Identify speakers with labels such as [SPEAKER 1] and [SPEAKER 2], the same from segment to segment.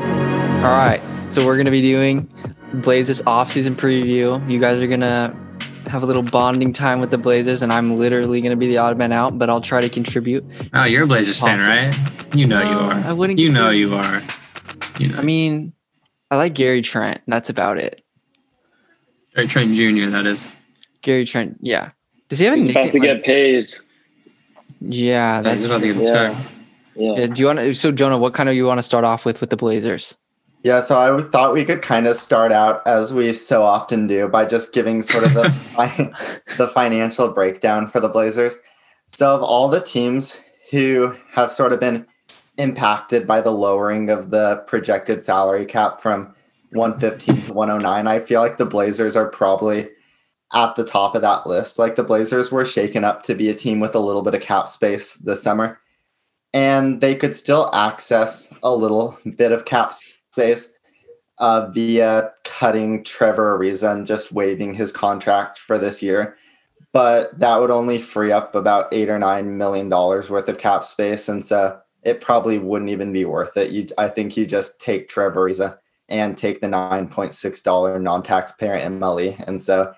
[SPEAKER 1] All right. So we're gonna be doing Blazers offseason preview. You guys are gonna have a little bonding time with the Blazers, and I'm literally gonna be the odd man out, but I'll try to contribute.
[SPEAKER 2] Oh, you're a Blazers fan, right? You know you
[SPEAKER 1] Uh, I
[SPEAKER 2] are.
[SPEAKER 1] wouldn't.
[SPEAKER 2] You
[SPEAKER 1] consider-
[SPEAKER 2] know you are. You know.
[SPEAKER 1] I mean, I like Gary Trent. That's about it.
[SPEAKER 2] Or Trent Jr., that is.
[SPEAKER 1] Gary Trent. Yeah. Does he have a
[SPEAKER 3] He's
[SPEAKER 1] nickname?
[SPEAKER 3] about to
[SPEAKER 1] Like-
[SPEAKER 3] get paid.
[SPEAKER 1] yeah. That's.
[SPEAKER 2] That's about to get the
[SPEAKER 3] Yeah.
[SPEAKER 2] check.
[SPEAKER 3] Yeah.
[SPEAKER 1] Yeah, do you want to? So Jonah, what kind of you want to start off with with the Blazers?
[SPEAKER 4] Yeah, so I would- thought we could kind of start out as we so often do by just giving sort of the, fi- the financial breakdown for the Blazers. So, of all the teams who have sort of been impacted by the lowering of the projected salary cap from 115 to 109, I feel like the Blazers are probably at the top of that list. Like the Blazers were shaken up to be a team with a little bit of cap space this summer, and they could still access a little bit of cap space uh, via cutting Trevor Ariza and just waiving his contract for this year. But that would only free up about eight or nine million dollars worth of cap space, and so it probably wouldn't even be worth it. You, I think you just take Trevor Ariza and take the nine point six dollar non-taxpayer MLE, and so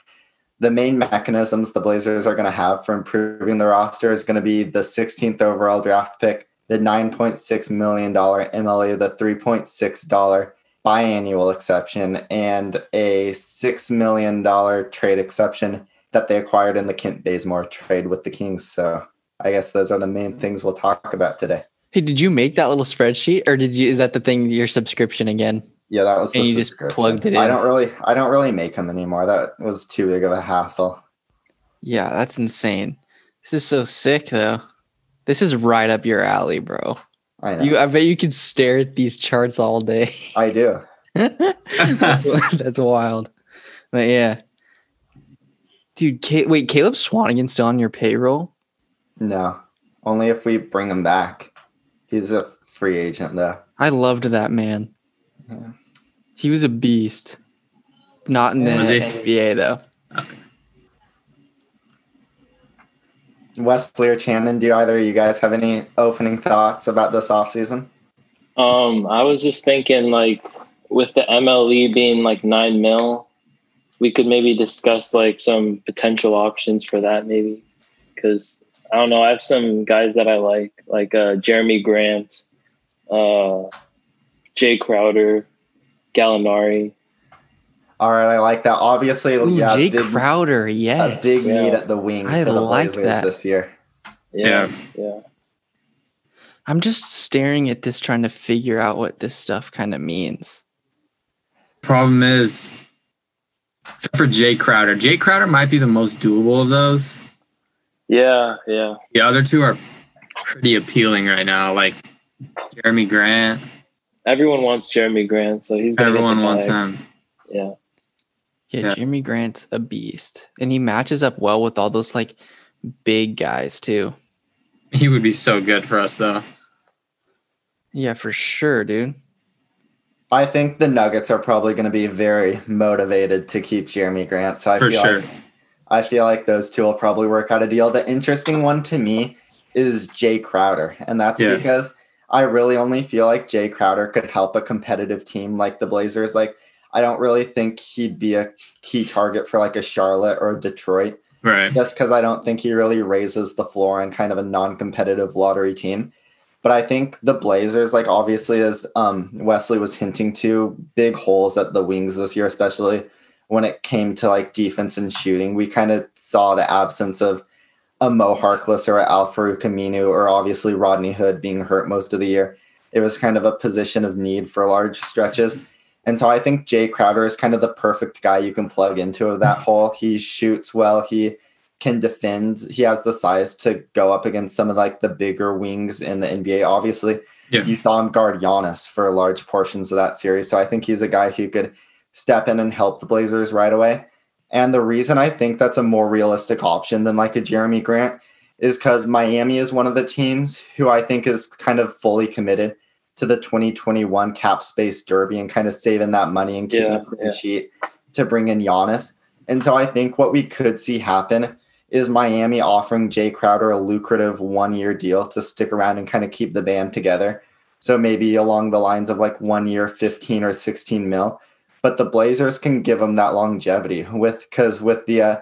[SPEAKER 4] the main mechanisms the Blazers are going to have for improving the roster is going to be the 16th overall draft pick, the 9.6 million dollar MLE, the 3.6 dollar biannual exception, and a six million dollar trade exception that they acquired in the Kent Bazemore trade with the Kings. So I guess those are the
[SPEAKER 1] Mm-hmm.
[SPEAKER 4] main things we'll talk about today.
[SPEAKER 1] Hey, did you make that little spreadsheet, or did you? Is that the thing your subscription again?
[SPEAKER 4] Yeah, that was.
[SPEAKER 1] And
[SPEAKER 4] the
[SPEAKER 1] you just
[SPEAKER 4] subscription.
[SPEAKER 1] plugged it
[SPEAKER 4] I
[SPEAKER 1] in.
[SPEAKER 4] don't really, I don't really make them anymore. That was too big of a hassle.
[SPEAKER 1] Yeah, that's insane. This is so sick, though. This is right up your alley, bro.
[SPEAKER 4] I know.
[SPEAKER 1] You, I bet you could stare at these charts all day.
[SPEAKER 4] I do.
[SPEAKER 1] that's wild. But yeah, dude. Ca- wait, Caleb Swanigan's still on your payroll?
[SPEAKER 4] No, only if we bring him back. He's a free agent though.
[SPEAKER 1] I loved that man.
[SPEAKER 4] Yeah.
[SPEAKER 1] He was a beast. Not in the
[SPEAKER 2] Was he?
[SPEAKER 1] NBA though.
[SPEAKER 4] Wesley or Shannon, do either of you guys have any opening thoughts about this offseason?
[SPEAKER 3] Um, I was just thinking, like, with the MLE being like nine mil, we could maybe discuss like some potential options for that, maybe. Because I don't know, I have some guys that I like, like uh, Jeremy Grant, uh, Jay Crowder, Gallinari.
[SPEAKER 4] All right, I like that. Obviously,
[SPEAKER 1] Ooh,
[SPEAKER 4] yeah,
[SPEAKER 1] Jay
[SPEAKER 4] big,
[SPEAKER 1] Crowder, yes.
[SPEAKER 4] a big
[SPEAKER 3] Yeah.
[SPEAKER 4] need at the wing
[SPEAKER 1] I
[SPEAKER 4] for the
[SPEAKER 1] like
[SPEAKER 4] Blazers
[SPEAKER 1] that.
[SPEAKER 4] this year.
[SPEAKER 2] Yeah.
[SPEAKER 3] yeah.
[SPEAKER 1] I'm just staring at this trying to figure out what this stuff kind of means.
[SPEAKER 2] Problem is, except for Jay Crowder, Jay Crowder might be the most doable of those.
[SPEAKER 3] Yeah, yeah.
[SPEAKER 2] The other two are pretty appealing right now, like Jeremy Grant.
[SPEAKER 3] Everyone wants Jeremy Grant, so he's gonna get the
[SPEAKER 2] Everyone wants
[SPEAKER 3] bag.
[SPEAKER 2] him.
[SPEAKER 3] Yeah,
[SPEAKER 1] Yeah,
[SPEAKER 2] Yeah.
[SPEAKER 1] Jeremy Grant's a beast, and he matches up well with all those like big guys too.
[SPEAKER 2] He would be so good for us, though.
[SPEAKER 1] Yeah, for sure, dude.
[SPEAKER 4] I think the Nuggets are probably going to be very motivated to keep Jeremy Grant. So I
[SPEAKER 2] for
[SPEAKER 4] feel
[SPEAKER 2] sure.
[SPEAKER 4] like I feel like those two will probably work out a deal. The interesting one to me is Jay Crowder, and that's
[SPEAKER 2] Yeah.
[SPEAKER 4] because I really only feel like Jay Crowder could help a competitive team like the Blazers. Like, I don't really think he'd be a key target for like a Charlotte or a Detroit,
[SPEAKER 2] right.
[SPEAKER 4] just because I don't think he really raises the floor on kind of a non-competitive lottery team. But I think the Blazers, like obviously, as um, Wesley was hinting to, big holes at the wings this year, especially when it came to like defense and shooting. We kind of saw the absence of a Mo Harkless or Al Farouk Aminu or obviously Rodney Hood being hurt most of the year. It was kind of a position of need for large stretches. And so I think Jay Crowder is kind of the perfect guy you can plug into of that hole. He shoots well. He can defend. He has the size to go up against some of like the bigger wings in the NBA. Obviously,
[SPEAKER 2] Yeah.
[SPEAKER 4] you saw him guard Giannis for large portions of that series. So I think he's a guy who could step in and help the Blazers right away. And the reason I think that's a more realistic option than like a Jeremy Grant is because Miami is one of the teams who I think is kind of fully committed to the 2021 cap space derby and kind of saving that money and keeping
[SPEAKER 3] Yeah,
[SPEAKER 4] a clean
[SPEAKER 3] yeah.
[SPEAKER 4] sheet to bring in Giannis. And so I think what we could see happen is Miami offering Jay Crowder a lucrative one year deal to stick around and kind of keep the band together So maybe along the lines of like one year, 15 or 16 mil. But the Blazers can give him that longevity with because with the uh,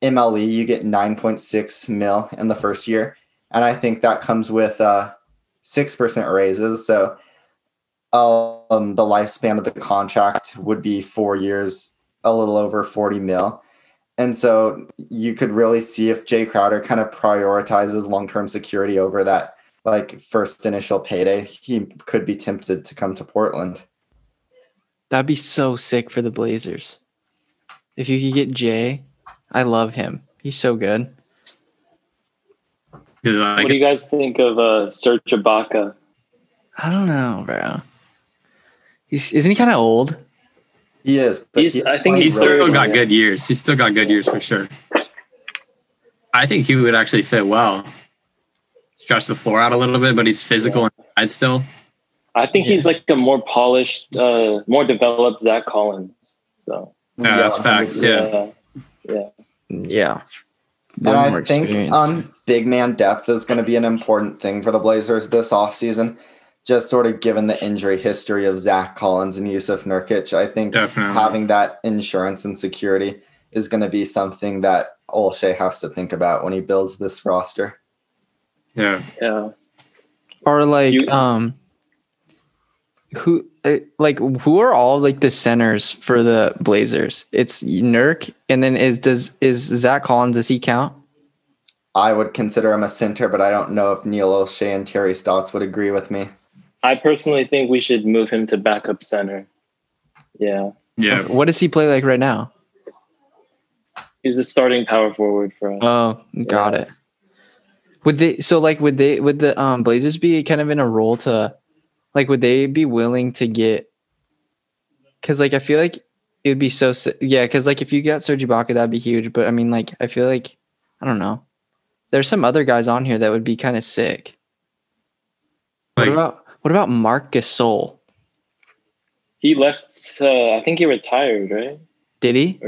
[SPEAKER 4] MLE, you get 9.6 mil in the first year. And I think that comes with uh, 6% raises. So um, the lifespan of the contract would be four years, a little over 40 mil. And so you could really see if Jay Crowder kind of prioritizes long term security over that like first initial payday, he could be tempted to come to Portland.
[SPEAKER 1] That'd be so sick for the Blazers. If you could get Jay, I love him. He's so good.
[SPEAKER 2] Cause like,
[SPEAKER 3] what do you guys think of uh, Serge Ibaka?
[SPEAKER 1] I don't know, bro. He's isn't he kind of old?
[SPEAKER 4] He is. but
[SPEAKER 3] He's- I think
[SPEAKER 4] playing
[SPEAKER 2] he's
[SPEAKER 3] he's
[SPEAKER 2] still
[SPEAKER 3] really-
[SPEAKER 2] got good years. He's still got good years for sure. I think he would actually fit well. Stretch the floor out a little bit, but he's physical inside still.
[SPEAKER 3] I think he's like a more polished, uh, more developed Zach Collins. So
[SPEAKER 2] Yeah, Uh, that's facts. Yeah.
[SPEAKER 1] Yeah.
[SPEAKER 4] And I think um, big man depth is going to be an important thing for the Blazers this offseason, just sort of given the injury history of Zach Collins and Yusuf Nurkic. I think
[SPEAKER 2] Definitely.
[SPEAKER 4] having that insurance and security is going to be something that Olshay has to think about when he builds this roster.
[SPEAKER 2] Yeah.
[SPEAKER 3] yeah.
[SPEAKER 1] or like
[SPEAKER 3] You-
[SPEAKER 1] um who uh, like who are all like the centers for the Blazers? It's Nurk and then is does is Zach Collins does he count?
[SPEAKER 4] I would consider him a center, but I don't know if Neil Olshay and Terry Stotts would agree with me.
[SPEAKER 3] I personally think we should move him to backup center. Yeah,
[SPEAKER 2] Yeah.
[SPEAKER 1] What does he play like right now?
[SPEAKER 3] he's a starting power forward for us.
[SPEAKER 1] Oh, got it. Would they so like would they would the um Blazers be kind of in a role to like would they be willing to get cuz like I feel like it would be so si- yeah cuz like if you got Serge Ibaka that'd be huge but I mean like I feel like I don't know. There's some other guys on here that would be kind of sick.
[SPEAKER 2] Like-
[SPEAKER 1] what about what about Mark Gasol?
[SPEAKER 3] He left. Uh, I think he retired. Right?
[SPEAKER 1] Did he?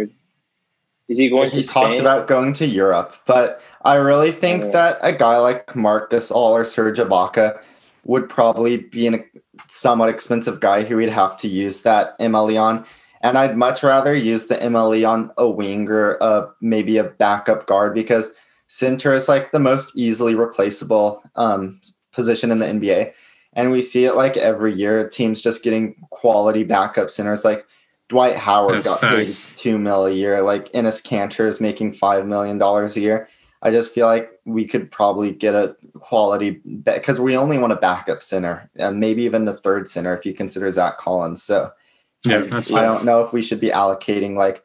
[SPEAKER 3] Is he going
[SPEAKER 4] he
[SPEAKER 3] to
[SPEAKER 4] talked
[SPEAKER 3] Spain?
[SPEAKER 4] about going to Europe, but I really think
[SPEAKER 3] Yeah.
[SPEAKER 4] that a guy like Marcus All or Serge Ibaka would probably be an somewhat expensive guy who we'd have to use that MLE on. And I'd much rather use the MLE on a wing or a, maybe a backup guard because center is like the most easily replaceable um, position in the NBA. And we see it like every year, teams just getting quality backup centers like Dwight Howard
[SPEAKER 2] That's
[SPEAKER 4] got paid
[SPEAKER 2] facts.
[SPEAKER 4] two mil a year. Like Ennis Cantor is making five million dollars a year. I just feel like we could probably get a quality because we only want a backup center and maybe even the third center if you consider Zach Collins. So
[SPEAKER 2] Yeah. That's
[SPEAKER 4] I
[SPEAKER 2] facts.
[SPEAKER 4] don't know if we should be allocating like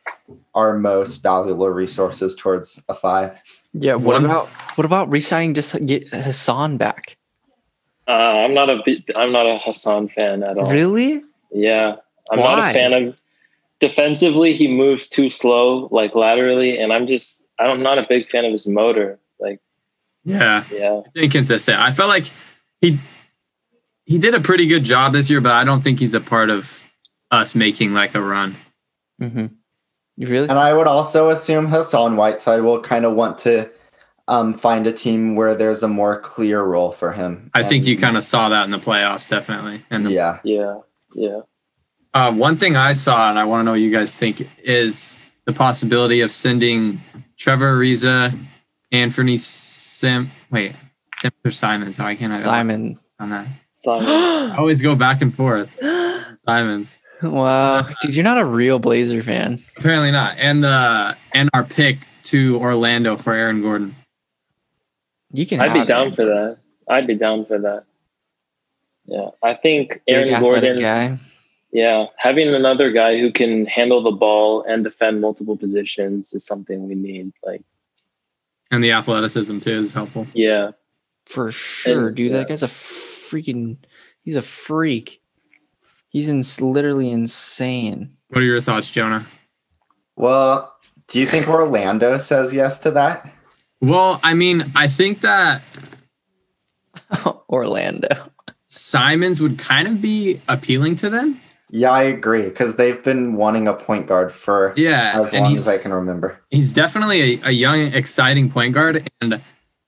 [SPEAKER 4] our most valuable resources towards a five.
[SPEAKER 1] Yeah, what
[SPEAKER 2] One-
[SPEAKER 1] about what about re-signing just to get Hassan back?
[SPEAKER 3] Uh, I'm not a. bi- I'm not a Hassan fan at all.
[SPEAKER 1] Really?
[SPEAKER 3] Yeah, I'm not
[SPEAKER 1] Why?
[SPEAKER 3] a fan of. Defensively, he moves too slow, like laterally, and I'm just. I'm not a big fan of his motor. Like,
[SPEAKER 2] Yeah.
[SPEAKER 3] yeah,
[SPEAKER 2] It's inconsistent. I felt like he he did a pretty good job this year, but I don't think he's a part of us making like a run.
[SPEAKER 1] Mhm. You really?
[SPEAKER 4] And I would also assume Hassan Whiteside will kind of want to um, find a team where there's a more clear role for him.
[SPEAKER 2] I think
[SPEAKER 4] And-
[SPEAKER 2] you kind of saw that in the playoffs, definitely. And the
[SPEAKER 4] yeah.
[SPEAKER 3] yeah, yeah.
[SPEAKER 2] Uh, one thing I saw, and I want to know what you guys think, is the possibility of sending Trevor Ariza, Anthony Sim. Wait, Sims or Simons? Why can't I
[SPEAKER 1] Simon.
[SPEAKER 2] on that?
[SPEAKER 3] Simon.
[SPEAKER 2] I always go back and forth. Simons.
[SPEAKER 1] Wow, dude, you're not a real Blazer fan.
[SPEAKER 2] Apparently not. And the and our pick to Orlando for Aaron Gordon.
[SPEAKER 1] You can.
[SPEAKER 3] I'd be
[SPEAKER 1] have
[SPEAKER 3] down
[SPEAKER 1] him.
[SPEAKER 3] for that. I'd be down for that. Yeah, I think
[SPEAKER 1] Big
[SPEAKER 3] Aaron
[SPEAKER 1] athletic
[SPEAKER 3] Gordon.
[SPEAKER 1] guy.
[SPEAKER 3] Yeah, having another guy who can handle the ball and defend multiple positions is something we need. Like,
[SPEAKER 2] And the athleticism too is helpful.
[SPEAKER 3] yeah,
[SPEAKER 1] for sure,
[SPEAKER 3] And-
[SPEAKER 1] dude.
[SPEAKER 3] yeah.
[SPEAKER 1] That guy's a freaking. He's a freak. He's in, literally insane.
[SPEAKER 2] What are your thoughts, Jonah?
[SPEAKER 4] Well, do you think Orlando says yes to that?
[SPEAKER 2] Well, I mean, I think that
[SPEAKER 1] Orlando.
[SPEAKER 2] Simons would kind of be appealing to them.
[SPEAKER 4] Yeah, I agree because they've been wanting a point guard for
[SPEAKER 2] Yeah.
[SPEAKER 4] as long as I can remember.
[SPEAKER 2] he's definitely a, a young, exciting point guard, and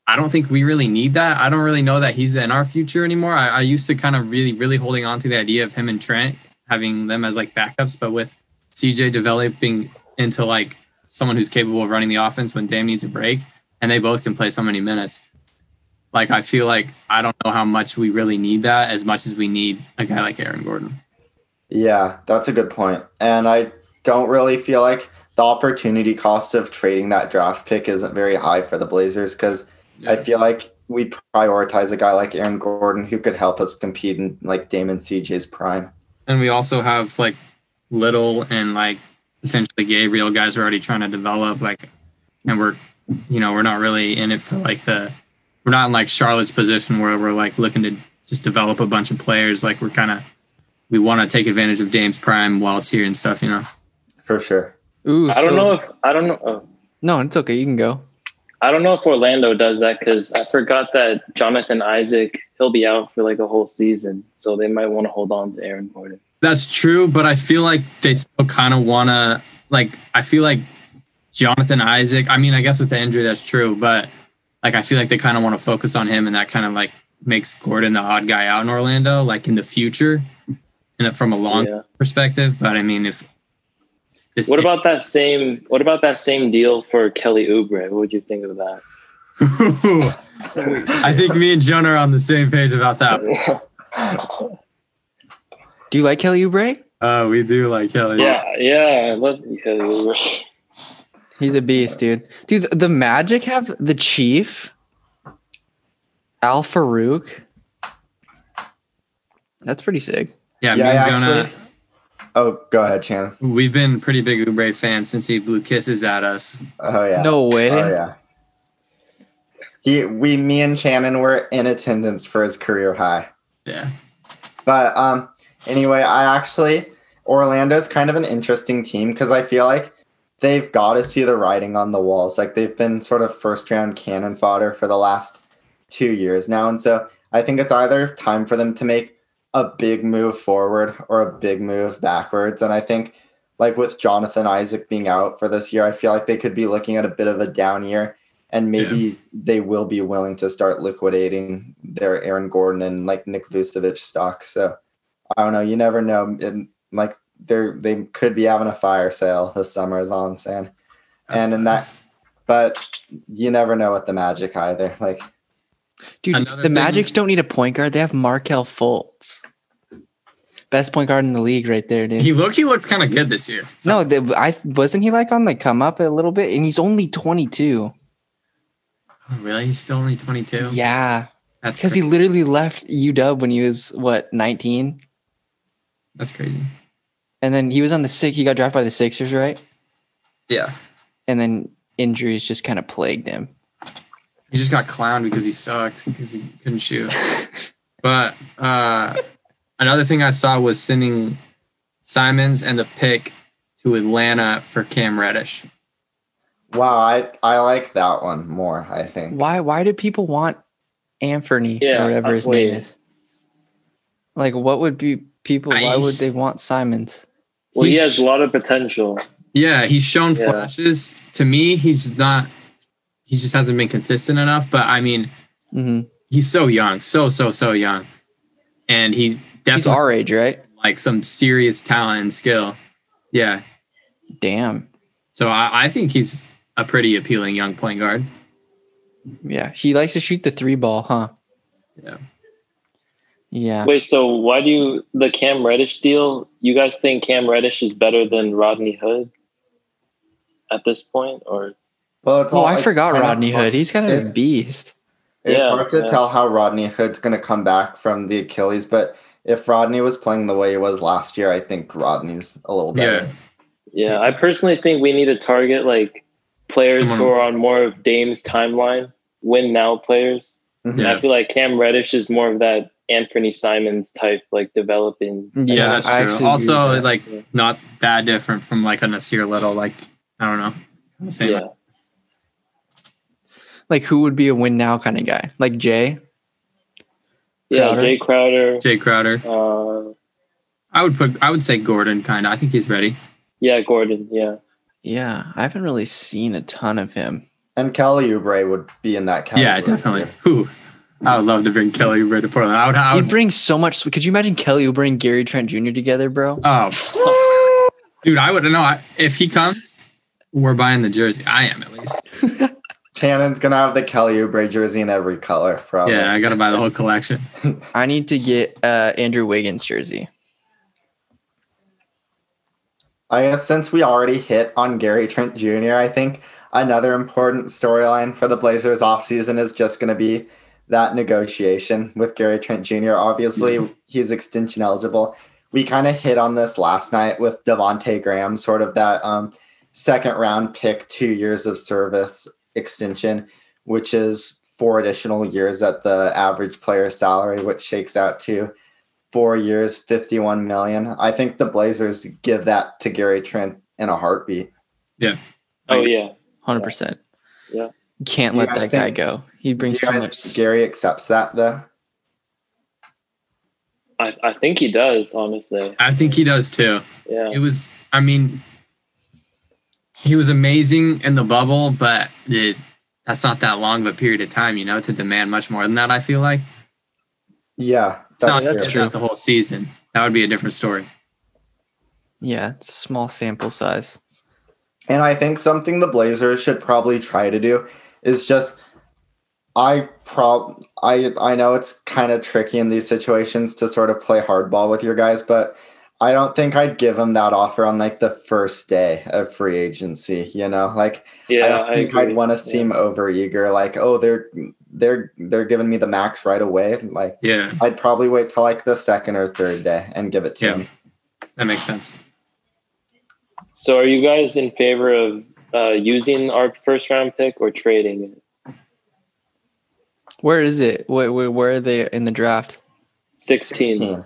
[SPEAKER 2] I don't think we really need that. I don't really know that he's in our future anymore. I, I used to kind of really, really holding on to the idea of him and Trent having them as like backups, but with CJ developing into like someone who's capable of running the offense when Dame needs a break, and they both can play so many minutes. Like I feel like I don't know how much we really need that as much as we need a guy like Aaron Gordon.
[SPEAKER 4] Yeah, that's a good point. And I don't really feel like the opportunity cost of trading that draft pick isn't very high for the Blazers because
[SPEAKER 2] Yeah.
[SPEAKER 4] I feel like we prioritize a guy like Aaron Gordon who could help us compete in like Damon CJ's prime.
[SPEAKER 2] And we also have like Little and like potentially Gabriel guys are already trying to develop like and we're you know, we're not really in it for like the we're not in like Charlotte's position where we're like looking to just develop a bunch of players. Like we're kinda we wanna take advantage of Dame's prime while it's here and stuff, you know.
[SPEAKER 4] For sure.
[SPEAKER 1] Ooh,
[SPEAKER 3] I don't
[SPEAKER 1] so-
[SPEAKER 3] know if I don't know. oh,
[SPEAKER 1] No, it's okay. You can go.
[SPEAKER 3] I don't know if Orlando does that because I forgot that Jonathan Isaac he'll be out for like a whole season, so they might want to hold on to Aaron Gordon.
[SPEAKER 2] That's true, but I feel like they still kind of want to like. I feel like Jonathan Isaac. I mean, I guess with the injury, that's true, but like I feel like they kind of want to focus on him, and that kind of like makes Gordon the odd guy out in Orlando, like in the future, and from a long
[SPEAKER 3] Yeah.
[SPEAKER 2] perspective. But I mean, if this
[SPEAKER 3] What about that same? What about that same deal for Kelly Oubre? What would you think of that?
[SPEAKER 2] I think me and Jonah are on the same page about that.
[SPEAKER 1] Do you like Kelly Oubre?
[SPEAKER 2] Uh, we do like Kelly.
[SPEAKER 3] Yeah, yeah, I love Kelly Oubre.
[SPEAKER 1] He's a
[SPEAKER 3] Uh,
[SPEAKER 1] beast, dude. Dude, the, the Magic have the Chief, Al Farouk. That's pretty sick.
[SPEAKER 2] yeah. Me
[SPEAKER 4] Yeah, I
[SPEAKER 2] and Jonah.
[SPEAKER 4] actually- Oh, go ahead, Shannon.
[SPEAKER 2] We've been pretty big Oubre fans since he blew kisses at us.
[SPEAKER 4] Oh yeah.
[SPEAKER 1] No way.
[SPEAKER 4] Oh yeah. He, we, me, and Shannon were in attendance for his career high.
[SPEAKER 2] Yeah.
[SPEAKER 4] But um, anyway, I actually Orlando's kind of an interesting team because I feel like they've got to see the writing on the walls. Like they've been sort of first round cannon fodder for the last two years now, and so I think it's either time for them to make a big move forward or a big move backwards. And I think like with Jonathan Isaac being out for this year, I feel like they could be looking at a bit of a down year. And maybe they will be willing to start liquidating their Aaron Gordon and like Nick Vucevic stock. So I don't know. You never know. And like they're they could be having a fire sale this summer, is all I'm saying. And in that- But you never know with the Magic either. Like
[SPEAKER 1] Dude,
[SPEAKER 2] Another
[SPEAKER 1] the
[SPEAKER 2] thing-
[SPEAKER 1] Magics don't need a point guard. They have Markel Fultz. Best point guard in the league right there, dude.
[SPEAKER 2] He looked he looked kind of good this year. So
[SPEAKER 1] no, the, I wasn't he like on the come up a little bit and he's only 22.
[SPEAKER 2] Oh, really, he's still only 22.
[SPEAKER 1] Yeah.
[SPEAKER 2] that's
[SPEAKER 1] Because
[SPEAKER 2] crazy.
[SPEAKER 1] he literally left UW when he was what 19,
[SPEAKER 2] that's crazy.
[SPEAKER 1] and then he was on the six. He got drafted by the Sixers, right?
[SPEAKER 2] Yeah,
[SPEAKER 1] And then injuries just kind of plagued him.
[SPEAKER 2] he just got clowned because he sucked because he couldn't shoot. but uh, another thing I saw was sending Simons and the pick to Atlanta for Cam Reddish.
[SPEAKER 4] wow, I I like that one more. I think.
[SPEAKER 1] Why? Why do people want Anthony
[SPEAKER 3] Yeah,
[SPEAKER 1] or whatever his
[SPEAKER 3] wait.
[SPEAKER 1] name is? Like, what would be people? Why
[SPEAKER 2] I-
[SPEAKER 1] would they want Simons?
[SPEAKER 3] Well, he
[SPEAKER 2] He's-
[SPEAKER 3] has a lot of potential.
[SPEAKER 2] Yeah, he's shown
[SPEAKER 3] Yeah.
[SPEAKER 2] flashes. To me, he's not. He just hasn't been consistent enough. But I mean,
[SPEAKER 1] hmm
[SPEAKER 2] he's so young, so so so young, and he
[SPEAKER 1] He's
[SPEAKER 2] definitely
[SPEAKER 1] our age, right?
[SPEAKER 2] like some serious talent and skill. Yeah.
[SPEAKER 1] Damn.
[SPEAKER 2] So I, I think he's a pretty appealing young point guard.
[SPEAKER 1] Yeah, he likes to shoot the three ball, huh?
[SPEAKER 2] Yeah.
[SPEAKER 1] Yeah.
[SPEAKER 3] Wait, so why do you the Cam Reddish deal? You guys think Cam Reddish is better than Rodney Hood at this point, or
[SPEAKER 4] Well, it's
[SPEAKER 1] Oh,
[SPEAKER 4] all,
[SPEAKER 1] I
[SPEAKER 4] it's
[SPEAKER 1] forgot
[SPEAKER 4] kind of
[SPEAKER 1] Rodney
[SPEAKER 4] hard-
[SPEAKER 1] Hood. He's kind of a
[SPEAKER 4] it-
[SPEAKER 1] beast.
[SPEAKER 4] It's
[SPEAKER 3] Yeah,
[SPEAKER 4] hard to
[SPEAKER 3] yeah.
[SPEAKER 4] tell how Rodney Hood's going to come back from the Achilles, but if Rodney was playing the way he was last year, I think Rodney's a little better.
[SPEAKER 2] Yeah.
[SPEAKER 3] yeah? I personally think we need to target like players
[SPEAKER 2] Someone-
[SPEAKER 3] who are on more of Dame's timeline, win now players.
[SPEAKER 4] Mhm.
[SPEAKER 2] Mm-hmm.
[SPEAKER 3] And I feel like Cam Reddish is more of that Anthony Simons type, like developing.
[SPEAKER 1] Yeah,
[SPEAKER 2] Yeah, that's
[SPEAKER 1] I actually
[SPEAKER 2] true.
[SPEAKER 1] agree with
[SPEAKER 2] Also,
[SPEAKER 1] that.
[SPEAKER 2] like not that different from like a Nasir Little. Like I don't know. Same.
[SPEAKER 3] Yeah,
[SPEAKER 1] like who would be a win now kind of guy? Like Jay?
[SPEAKER 3] yeah,
[SPEAKER 1] Crowder.
[SPEAKER 3] Jay Crowder.
[SPEAKER 2] Jay Crowder.
[SPEAKER 3] Uh,
[SPEAKER 2] I would put. I would say Gordon. Kind of. I think he's ready.
[SPEAKER 3] yeah, Gordon. Yeah,
[SPEAKER 1] Yeah, I haven't really seen a ton of him.
[SPEAKER 4] And Kelly Oubre would be in that category.
[SPEAKER 2] Yeah, definitely. Who? I would love to bring Kelly Oubre to Portland. I would. I
[SPEAKER 1] He'd
[SPEAKER 2] would
[SPEAKER 1] bring so much. Could you imagine Kelly Oubre and Gary Trent Jr. together, bro?
[SPEAKER 2] oh, dude, I would know I- if he comes. We're buying the jersey. I am at least.
[SPEAKER 4] Tannen's gonna have the Kelly Oubre jersey in every color,
[SPEAKER 1] Oh,
[SPEAKER 4] probably.
[SPEAKER 2] Yeah, I gotta buy the whole collection.
[SPEAKER 1] I need to get uh, Andrew Wiggins jersey.
[SPEAKER 4] I guess since we already hit on Gary Trent Jr., I think another important storyline for the Blazers offseason is just going to be that negotiation with Gary Trent Jr. Obviously, he's extension eligible. We kind of hit on this last night with Devonte Graham, sort of that um, second round pick, two years of service extension, which is four additional years at the average player salary, which shakes out to four years, 51 million. I think the Blazers give that to Gary Trent in a heartbeat.
[SPEAKER 3] Oh yeah,
[SPEAKER 1] Hundred percent.
[SPEAKER 3] Yeah.
[SPEAKER 1] Can't
[SPEAKER 4] Do you
[SPEAKER 1] let
[SPEAKER 4] guys
[SPEAKER 1] that guy
[SPEAKER 4] think-
[SPEAKER 1] go. He
[SPEAKER 4] Do you
[SPEAKER 1] brings so
[SPEAKER 4] guys
[SPEAKER 1] much.
[SPEAKER 4] think Gary accepts that though?
[SPEAKER 3] I, I think he does. Honestly,
[SPEAKER 2] I think he does too.
[SPEAKER 3] yeah.
[SPEAKER 2] It was. I mean, he was amazing in the bubble, but it, that's not that long of a period of time, you know, to demand much more than that. I feel like
[SPEAKER 4] Yeah,
[SPEAKER 2] it's not, that's
[SPEAKER 4] that's true.
[SPEAKER 1] true.
[SPEAKER 2] not the whole season. That would be a different story.
[SPEAKER 1] yeah, it's a small sample size.
[SPEAKER 4] And I think something the Blazers should probably try to do is just I prob I I know it's kind of tricky in these situations to sort of play hardball with your guys, but I don't think I'd give him that offer on like the first day of free agency, you know? Like
[SPEAKER 3] Yeah,
[SPEAKER 4] I don't think I would
[SPEAKER 3] agree.
[SPEAKER 4] want to
[SPEAKER 3] Yeah.
[SPEAKER 4] seem over eager, like, oh, they're they're they're giving me the max right away. Like
[SPEAKER 2] Yeah,
[SPEAKER 4] I'd probably wait till like the second or third day and give it to
[SPEAKER 2] Yeah.
[SPEAKER 4] him.
[SPEAKER 2] that makes sense.
[SPEAKER 3] So, are you guys in favor of uh, using our first round pick or trading it?
[SPEAKER 1] Where is it? Where, where, where are they in the draft?
[SPEAKER 3] 16.
[SPEAKER 4] 16.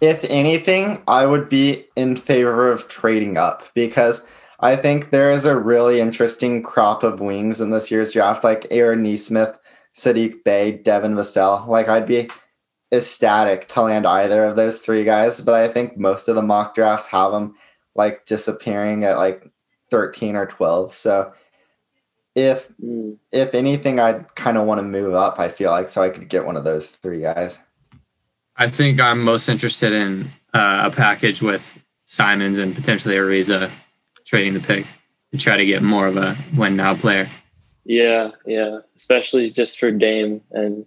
[SPEAKER 4] If anything, I would be in favor of trading up because I think there is a really interesting crop of wings in this year's draft, like Aaron Neesmith, Sadiq Bey, Devin Vassell. Like I'd be ecstatic to land either of those three guys, but I think most of the mock drafts have them like disappearing at like 13 or 12. So if
[SPEAKER 3] Mm.
[SPEAKER 4] if anything, I'd kind of want to move up. I feel like so I could get one of those three guys.
[SPEAKER 2] I think I'm most interested in uh, a package with Simons and potentially Ariza trading the pick to try to get more of a win now player.
[SPEAKER 3] Yeah, yeah. Especially just for Dame, and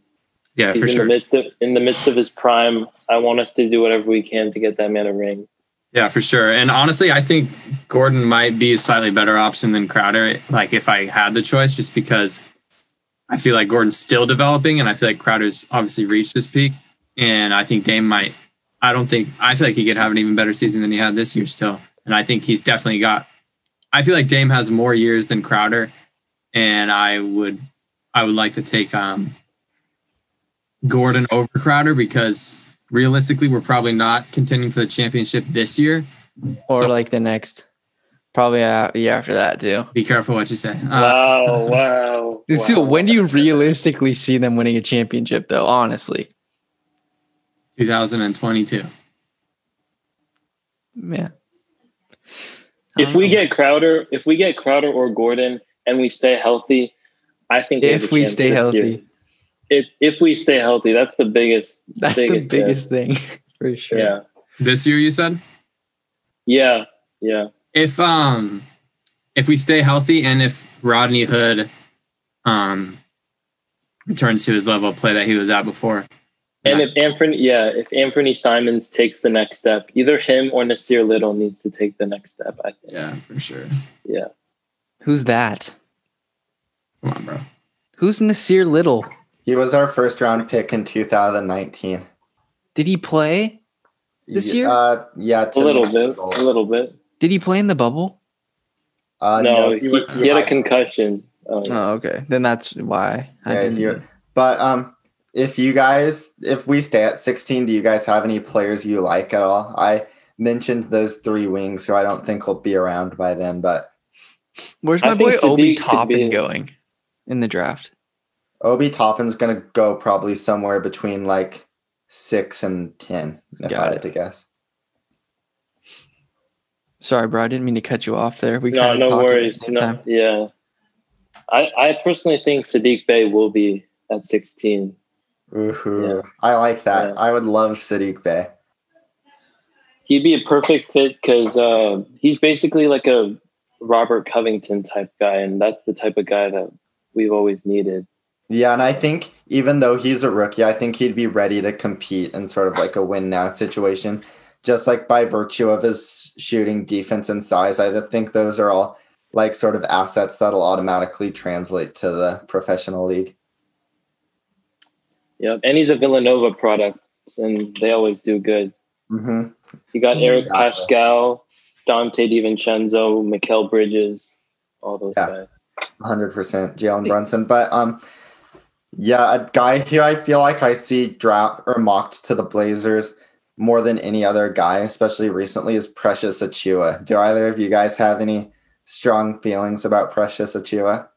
[SPEAKER 2] Yeah,
[SPEAKER 3] he's
[SPEAKER 2] for
[SPEAKER 3] in
[SPEAKER 2] sure.
[SPEAKER 3] the midst of in the midst of his prime. I want us to do whatever we can to get that man a ring.
[SPEAKER 2] Yeah, for sure. And honestly, I think Gordon might be a slightly better option than Crowder. Like if I had the choice, just because I feel like Gordon's still developing, and I feel like Crowder's obviously reached his peak. And I think Dame might. I don't think. I feel like he could have an even better season than he had this year still. And I think he's definitely got. I feel like Dame has more years than Crowder, and I would. I would like to take um, Gordon over Crowder because realistically, we're probably not contending for the championship this year.
[SPEAKER 1] Or
[SPEAKER 2] So-
[SPEAKER 1] like the next? Probably a year after that too.
[SPEAKER 2] Be careful what you say. Uh,
[SPEAKER 3] wow, wow.
[SPEAKER 1] So
[SPEAKER 3] wow.
[SPEAKER 1] when do you realistically see them winning a championship, though? Honestly,
[SPEAKER 2] 2022.
[SPEAKER 1] yeah. I
[SPEAKER 3] If
[SPEAKER 1] don't
[SPEAKER 3] we
[SPEAKER 1] know.
[SPEAKER 3] get Crowder, if we get Crowder or Gordon, and we stay healthy, I think have
[SPEAKER 1] if
[SPEAKER 3] a
[SPEAKER 1] we
[SPEAKER 3] chance
[SPEAKER 1] stay
[SPEAKER 3] this
[SPEAKER 1] healthy,
[SPEAKER 3] year. If if we stay healthy, that's the biggest.
[SPEAKER 1] that's
[SPEAKER 3] biggest,
[SPEAKER 1] the
[SPEAKER 3] yeah.
[SPEAKER 1] biggest thing for sure.
[SPEAKER 3] Yeah,
[SPEAKER 2] This year, you said
[SPEAKER 3] yeah, yeah.
[SPEAKER 2] if um if we stay healthy and if Rodney Hood um returns to his level of play that he was at before,
[SPEAKER 3] And if Anthony, yeah, if Anthony Simons takes the next step, either him or Nasir Little needs to take the next step. I think.
[SPEAKER 2] yeah, for sure.
[SPEAKER 1] Who's that?
[SPEAKER 2] Come on, bro.
[SPEAKER 1] Who's Nasir Little?
[SPEAKER 4] He was our first round pick in 2019.
[SPEAKER 1] Did he play? This
[SPEAKER 4] Ye-
[SPEAKER 1] year?
[SPEAKER 4] Uh, yeah,
[SPEAKER 3] A
[SPEAKER 4] to
[SPEAKER 3] little
[SPEAKER 4] match
[SPEAKER 3] bit,
[SPEAKER 4] results.
[SPEAKER 3] a little bit.
[SPEAKER 1] Did he play in the bubble?
[SPEAKER 4] Uh,
[SPEAKER 3] no, he,
[SPEAKER 4] was
[SPEAKER 3] he had a
[SPEAKER 4] DI.
[SPEAKER 3] concussion. Oh, yeah.
[SPEAKER 1] Oh, okay. Then that's why. I
[SPEAKER 4] Yeah,
[SPEAKER 1] didn't-
[SPEAKER 4] he- but um, if you guys, if we stay at 16, do you guys have any players you like at all? I mentioned those three wings, so I don't think will be around by then. But
[SPEAKER 1] Where's
[SPEAKER 3] I
[SPEAKER 1] my boy
[SPEAKER 3] think
[SPEAKER 1] Obi
[SPEAKER 3] Sadiq could be-
[SPEAKER 1] Toppin going in the draft?
[SPEAKER 4] Obi Toppin's gonna go probably somewhere between like six and ten, if I
[SPEAKER 1] Got
[SPEAKER 4] had
[SPEAKER 1] it.
[SPEAKER 4] to guess.
[SPEAKER 1] Sorry, bro. I didn't mean to cut you off there. We
[SPEAKER 3] no,
[SPEAKER 1] kinda
[SPEAKER 3] no
[SPEAKER 1] talked at the
[SPEAKER 3] worries.
[SPEAKER 1] same
[SPEAKER 3] No,
[SPEAKER 1] time.
[SPEAKER 3] yeah, I, I personally think Sadiq Bay will be at 16.
[SPEAKER 4] Ooh, I like that.
[SPEAKER 3] Yeah.
[SPEAKER 4] I would love Sadiq Bay.
[SPEAKER 3] He'd be a perfect fit because uh, he's basically like a Robert Covington type guy, and that's the type of guy that we've always needed.
[SPEAKER 4] Yeah, and I think even though he's a rookie, I think he'd be ready to compete in sort of like a win now situation, just like by virtue of his shooting, defense, and size. I think those are all like sort of assets that'll automatically translate to the professional league.
[SPEAKER 3] Yep. And he's a Villanova product, and they always do good.
[SPEAKER 4] hmm
[SPEAKER 3] You got Eric
[SPEAKER 4] Exactly.
[SPEAKER 3] Pascal, Dante DiVincenzo, Mikel Bridges, all those
[SPEAKER 4] Yeah.
[SPEAKER 3] guys.
[SPEAKER 4] hundred percent Jalen Brunson. But um, yeah, a guy who I feel like I see draft or mocked to the Blazers more than any other guy, especially recently, is Precious Achua. Do either of you guys have any strong feelings about Precious Achua?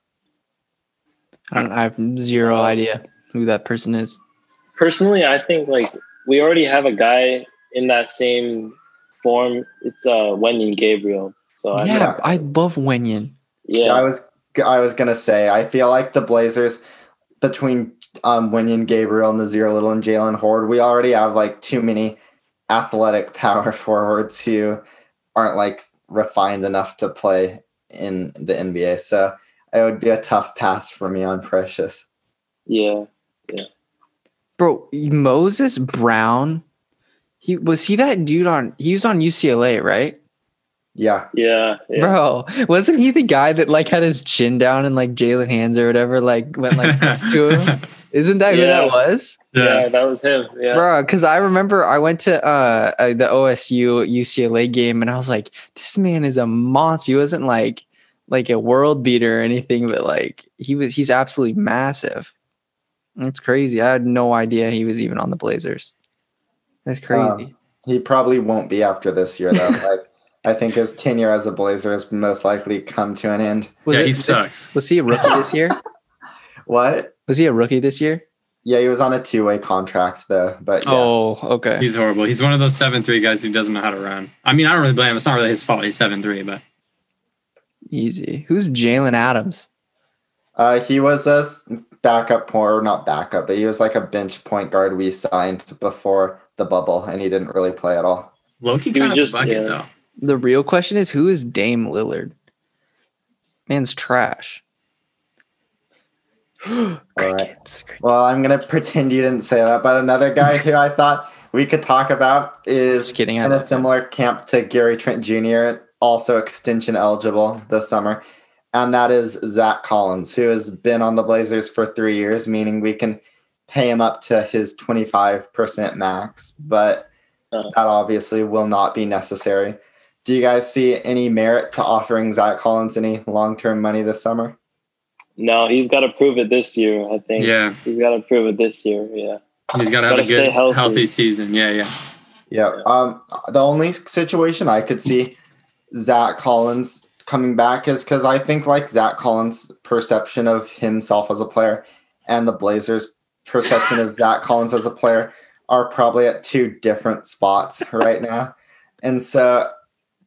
[SPEAKER 1] I, don't, I have
[SPEAKER 3] Oh.
[SPEAKER 1] zero idea who that person is.
[SPEAKER 3] personally i think like we already have a guy in that same form it's uh wendy gabriel so I
[SPEAKER 1] yeah, I love Wenyan.
[SPEAKER 3] yeah
[SPEAKER 4] I was I was gonna say I feel like the Blazers between um Winion Gabriel, Nazir Little, and Jalen Horde, we already have like too many athletic power forwards who aren't like refined enough to play in the NBA. So it would be a tough pass for me on Precious.
[SPEAKER 3] yeah
[SPEAKER 1] Bro, Moses Brown, he was he that dude on he was on UCLA, right?
[SPEAKER 4] Yeah.
[SPEAKER 3] yeah yeah
[SPEAKER 1] Bro, wasn't he the guy that like had his chin down and like Jalen Hands or whatever like went like this to him? Isn't that who
[SPEAKER 3] Yeah.
[SPEAKER 1] that was?
[SPEAKER 3] Yeah, that was him yeah
[SPEAKER 1] Bro, because I remember I went to uh, uh the OSU UCLA game and I was like, this man is a monster. He wasn't like like a world beater or anything, but like he was he's absolutely massive. That's crazy. I had no idea he was even on the Blazers. That's crazy.
[SPEAKER 4] He probably won't be after this year though. like I think his tenure as a Blazer has most likely come to an end.
[SPEAKER 1] was
[SPEAKER 2] yeah,
[SPEAKER 1] it-
[SPEAKER 2] he
[SPEAKER 1] was-
[SPEAKER 2] sucks.
[SPEAKER 1] Was he a rookie this year?
[SPEAKER 4] What?
[SPEAKER 1] Was he a rookie this year?
[SPEAKER 4] Yeah, he was on a two-way contract though, but yeah.
[SPEAKER 1] Oh, okay.
[SPEAKER 2] He's horrible. He's one of those seven three guys who doesn't know how to run. I mean, I don't really blame him. It's not really his fault. He's seven three, but
[SPEAKER 1] Easy. Who's Jalen Adams?
[SPEAKER 4] Uh, he was a s- backup point, or not backup, but he was like a bench point guard we signed before the bubble, and he didn't really play at all.
[SPEAKER 2] Loki
[SPEAKER 3] He
[SPEAKER 2] kind
[SPEAKER 3] was
[SPEAKER 2] of
[SPEAKER 3] just-
[SPEAKER 2] a bucket
[SPEAKER 3] yeah.
[SPEAKER 2] though.
[SPEAKER 1] The real question is who is Dame Lillard? Man's trash. Crickets. crickets.
[SPEAKER 4] Well, I'm gonna pretend you didn't say that, but another guy who I thought we could talk about is
[SPEAKER 1] Just kidding, I
[SPEAKER 4] in a
[SPEAKER 1] love him.
[SPEAKER 4] similar camp to Gary Trent Jr., also extension eligible this summer, and that is Zach Collins, who has been on the Blazers for three years, meaning we can pay him up to his 25% max, but
[SPEAKER 3] Uh.
[SPEAKER 4] that obviously will not be necessary. Do you guys see any merit to offering Zach Collins any long term money this summer?
[SPEAKER 3] no he's got to prove it this year i think
[SPEAKER 2] Yeah,
[SPEAKER 3] he's got to prove it this year yeah
[SPEAKER 2] he's got to have
[SPEAKER 3] Gotta
[SPEAKER 2] a
[SPEAKER 3] stay
[SPEAKER 2] good
[SPEAKER 3] healthy.
[SPEAKER 2] healthy. season. Yeah, yeah.
[SPEAKER 4] Yeah. Um, the only situation I could see Zach Collins coming back is because I think like Zach Collins' perception of himself as a player and the Blazers' perception of Zach Collins as a player are probably at two different spots right now, and so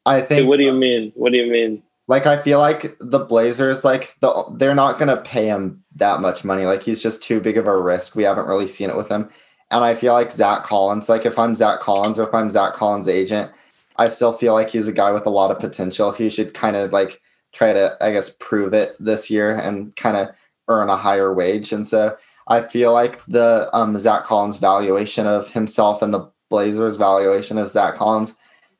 [SPEAKER 4] I
[SPEAKER 3] Hey,
[SPEAKER 4] think uh,
[SPEAKER 3] what do you mean what do you mean
[SPEAKER 4] like I feel like the Blazers like the they're not gonna pay him that much money. Like he's just too big of a risk. We haven't really seen it with him. And I feel like Zach Collins, like if I'm Zach Collins or if I'm Zach Collins' agent, I still feel like he's a guy with a lot of potential. He should kind of like try to, I guess, prove it this year and kind of earn a higher wage. And so I feel like the um, Zach Collins valuation of himself and the Blazers valuation of Zach Collins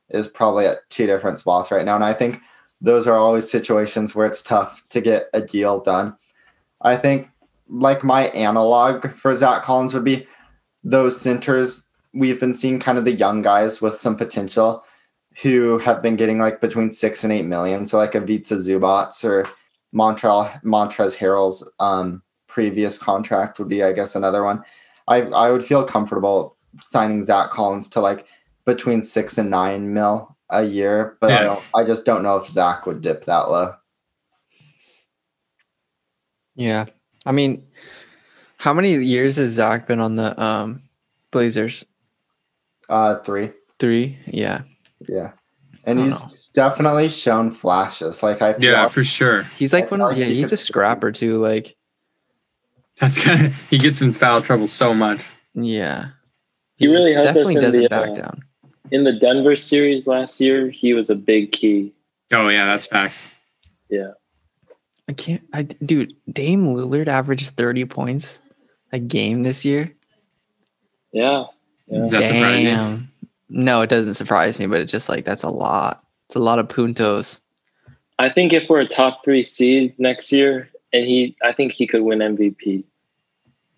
[SPEAKER 4] is probably at two different spots right now. And I think those are always situations where it's tough to get a deal done. I think like my analog for Zach Collins would be those centers we've been seeing kind of the young guys with some potential who have been getting like between six and eight million. So like a Vitsa Zubats or Montreal Montrez Harrell's um, previous contract would be, I guess, another one. I I would feel comfortable signing Zach Collins to like between six and nine mil a year, but I
[SPEAKER 2] Yeah.
[SPEAKER 4] don't I just don't know if Zach would dip that low.
[SPEAKER 1] Yeah. I mean, how many years has Zach been on the um Blazers?
[SPEAKER 4] Uh three.
[SPEAKER 1] Three? Yeah.
[SPEAKER 4] Yeah. and
[SPEAKER 1] I don't
[SPEAKER 4] he's definitely shown flashes. Like I feel
[SPEAKER 2] Yeah, for sure.
[SPEAKER 1] He's like one.
[SPEAKER 4] I'll
[SPEAKER 1] Of, yeah,
[SPEAKER 4] keep
[SPEAKER 1] he's
[SPEAKER 4] it-
[SPEAKER 1] a scrapper too. Like
[SPEAKER 2] That's gonna. He gets in foul trouble so much.
[SPEAKER 1] yeah,
[SPEAKER 3] He really helped us
[SPEAKER 1] definitely
[SPEAKER 3] in
[SPEAKER 1] doesn't
[SPEAKER 3] the,
[SPEAKER 1] back
[SPEAKER 3] uh,
[SPEAKER 1] down.
[SPEAKER 3] In the Denver series last year, he was a big key.
[SPEAKER 2] Oh yeah, that's facts.
[SPEAKER 1] I can't. I dude, Dame Lillard averaged thirty points a game this year.
[SPEAKER 3] Yeah. Yeah.
[SPEAKER 2] Is that surprising?
[SPEAKER 1] Damn. No, it doesn't surprise me, but it's just like that's a lot. It's a lot of puntos.
[SPEAKER 3] I think if we're a top three seed next year, and he, I think he could win MVP.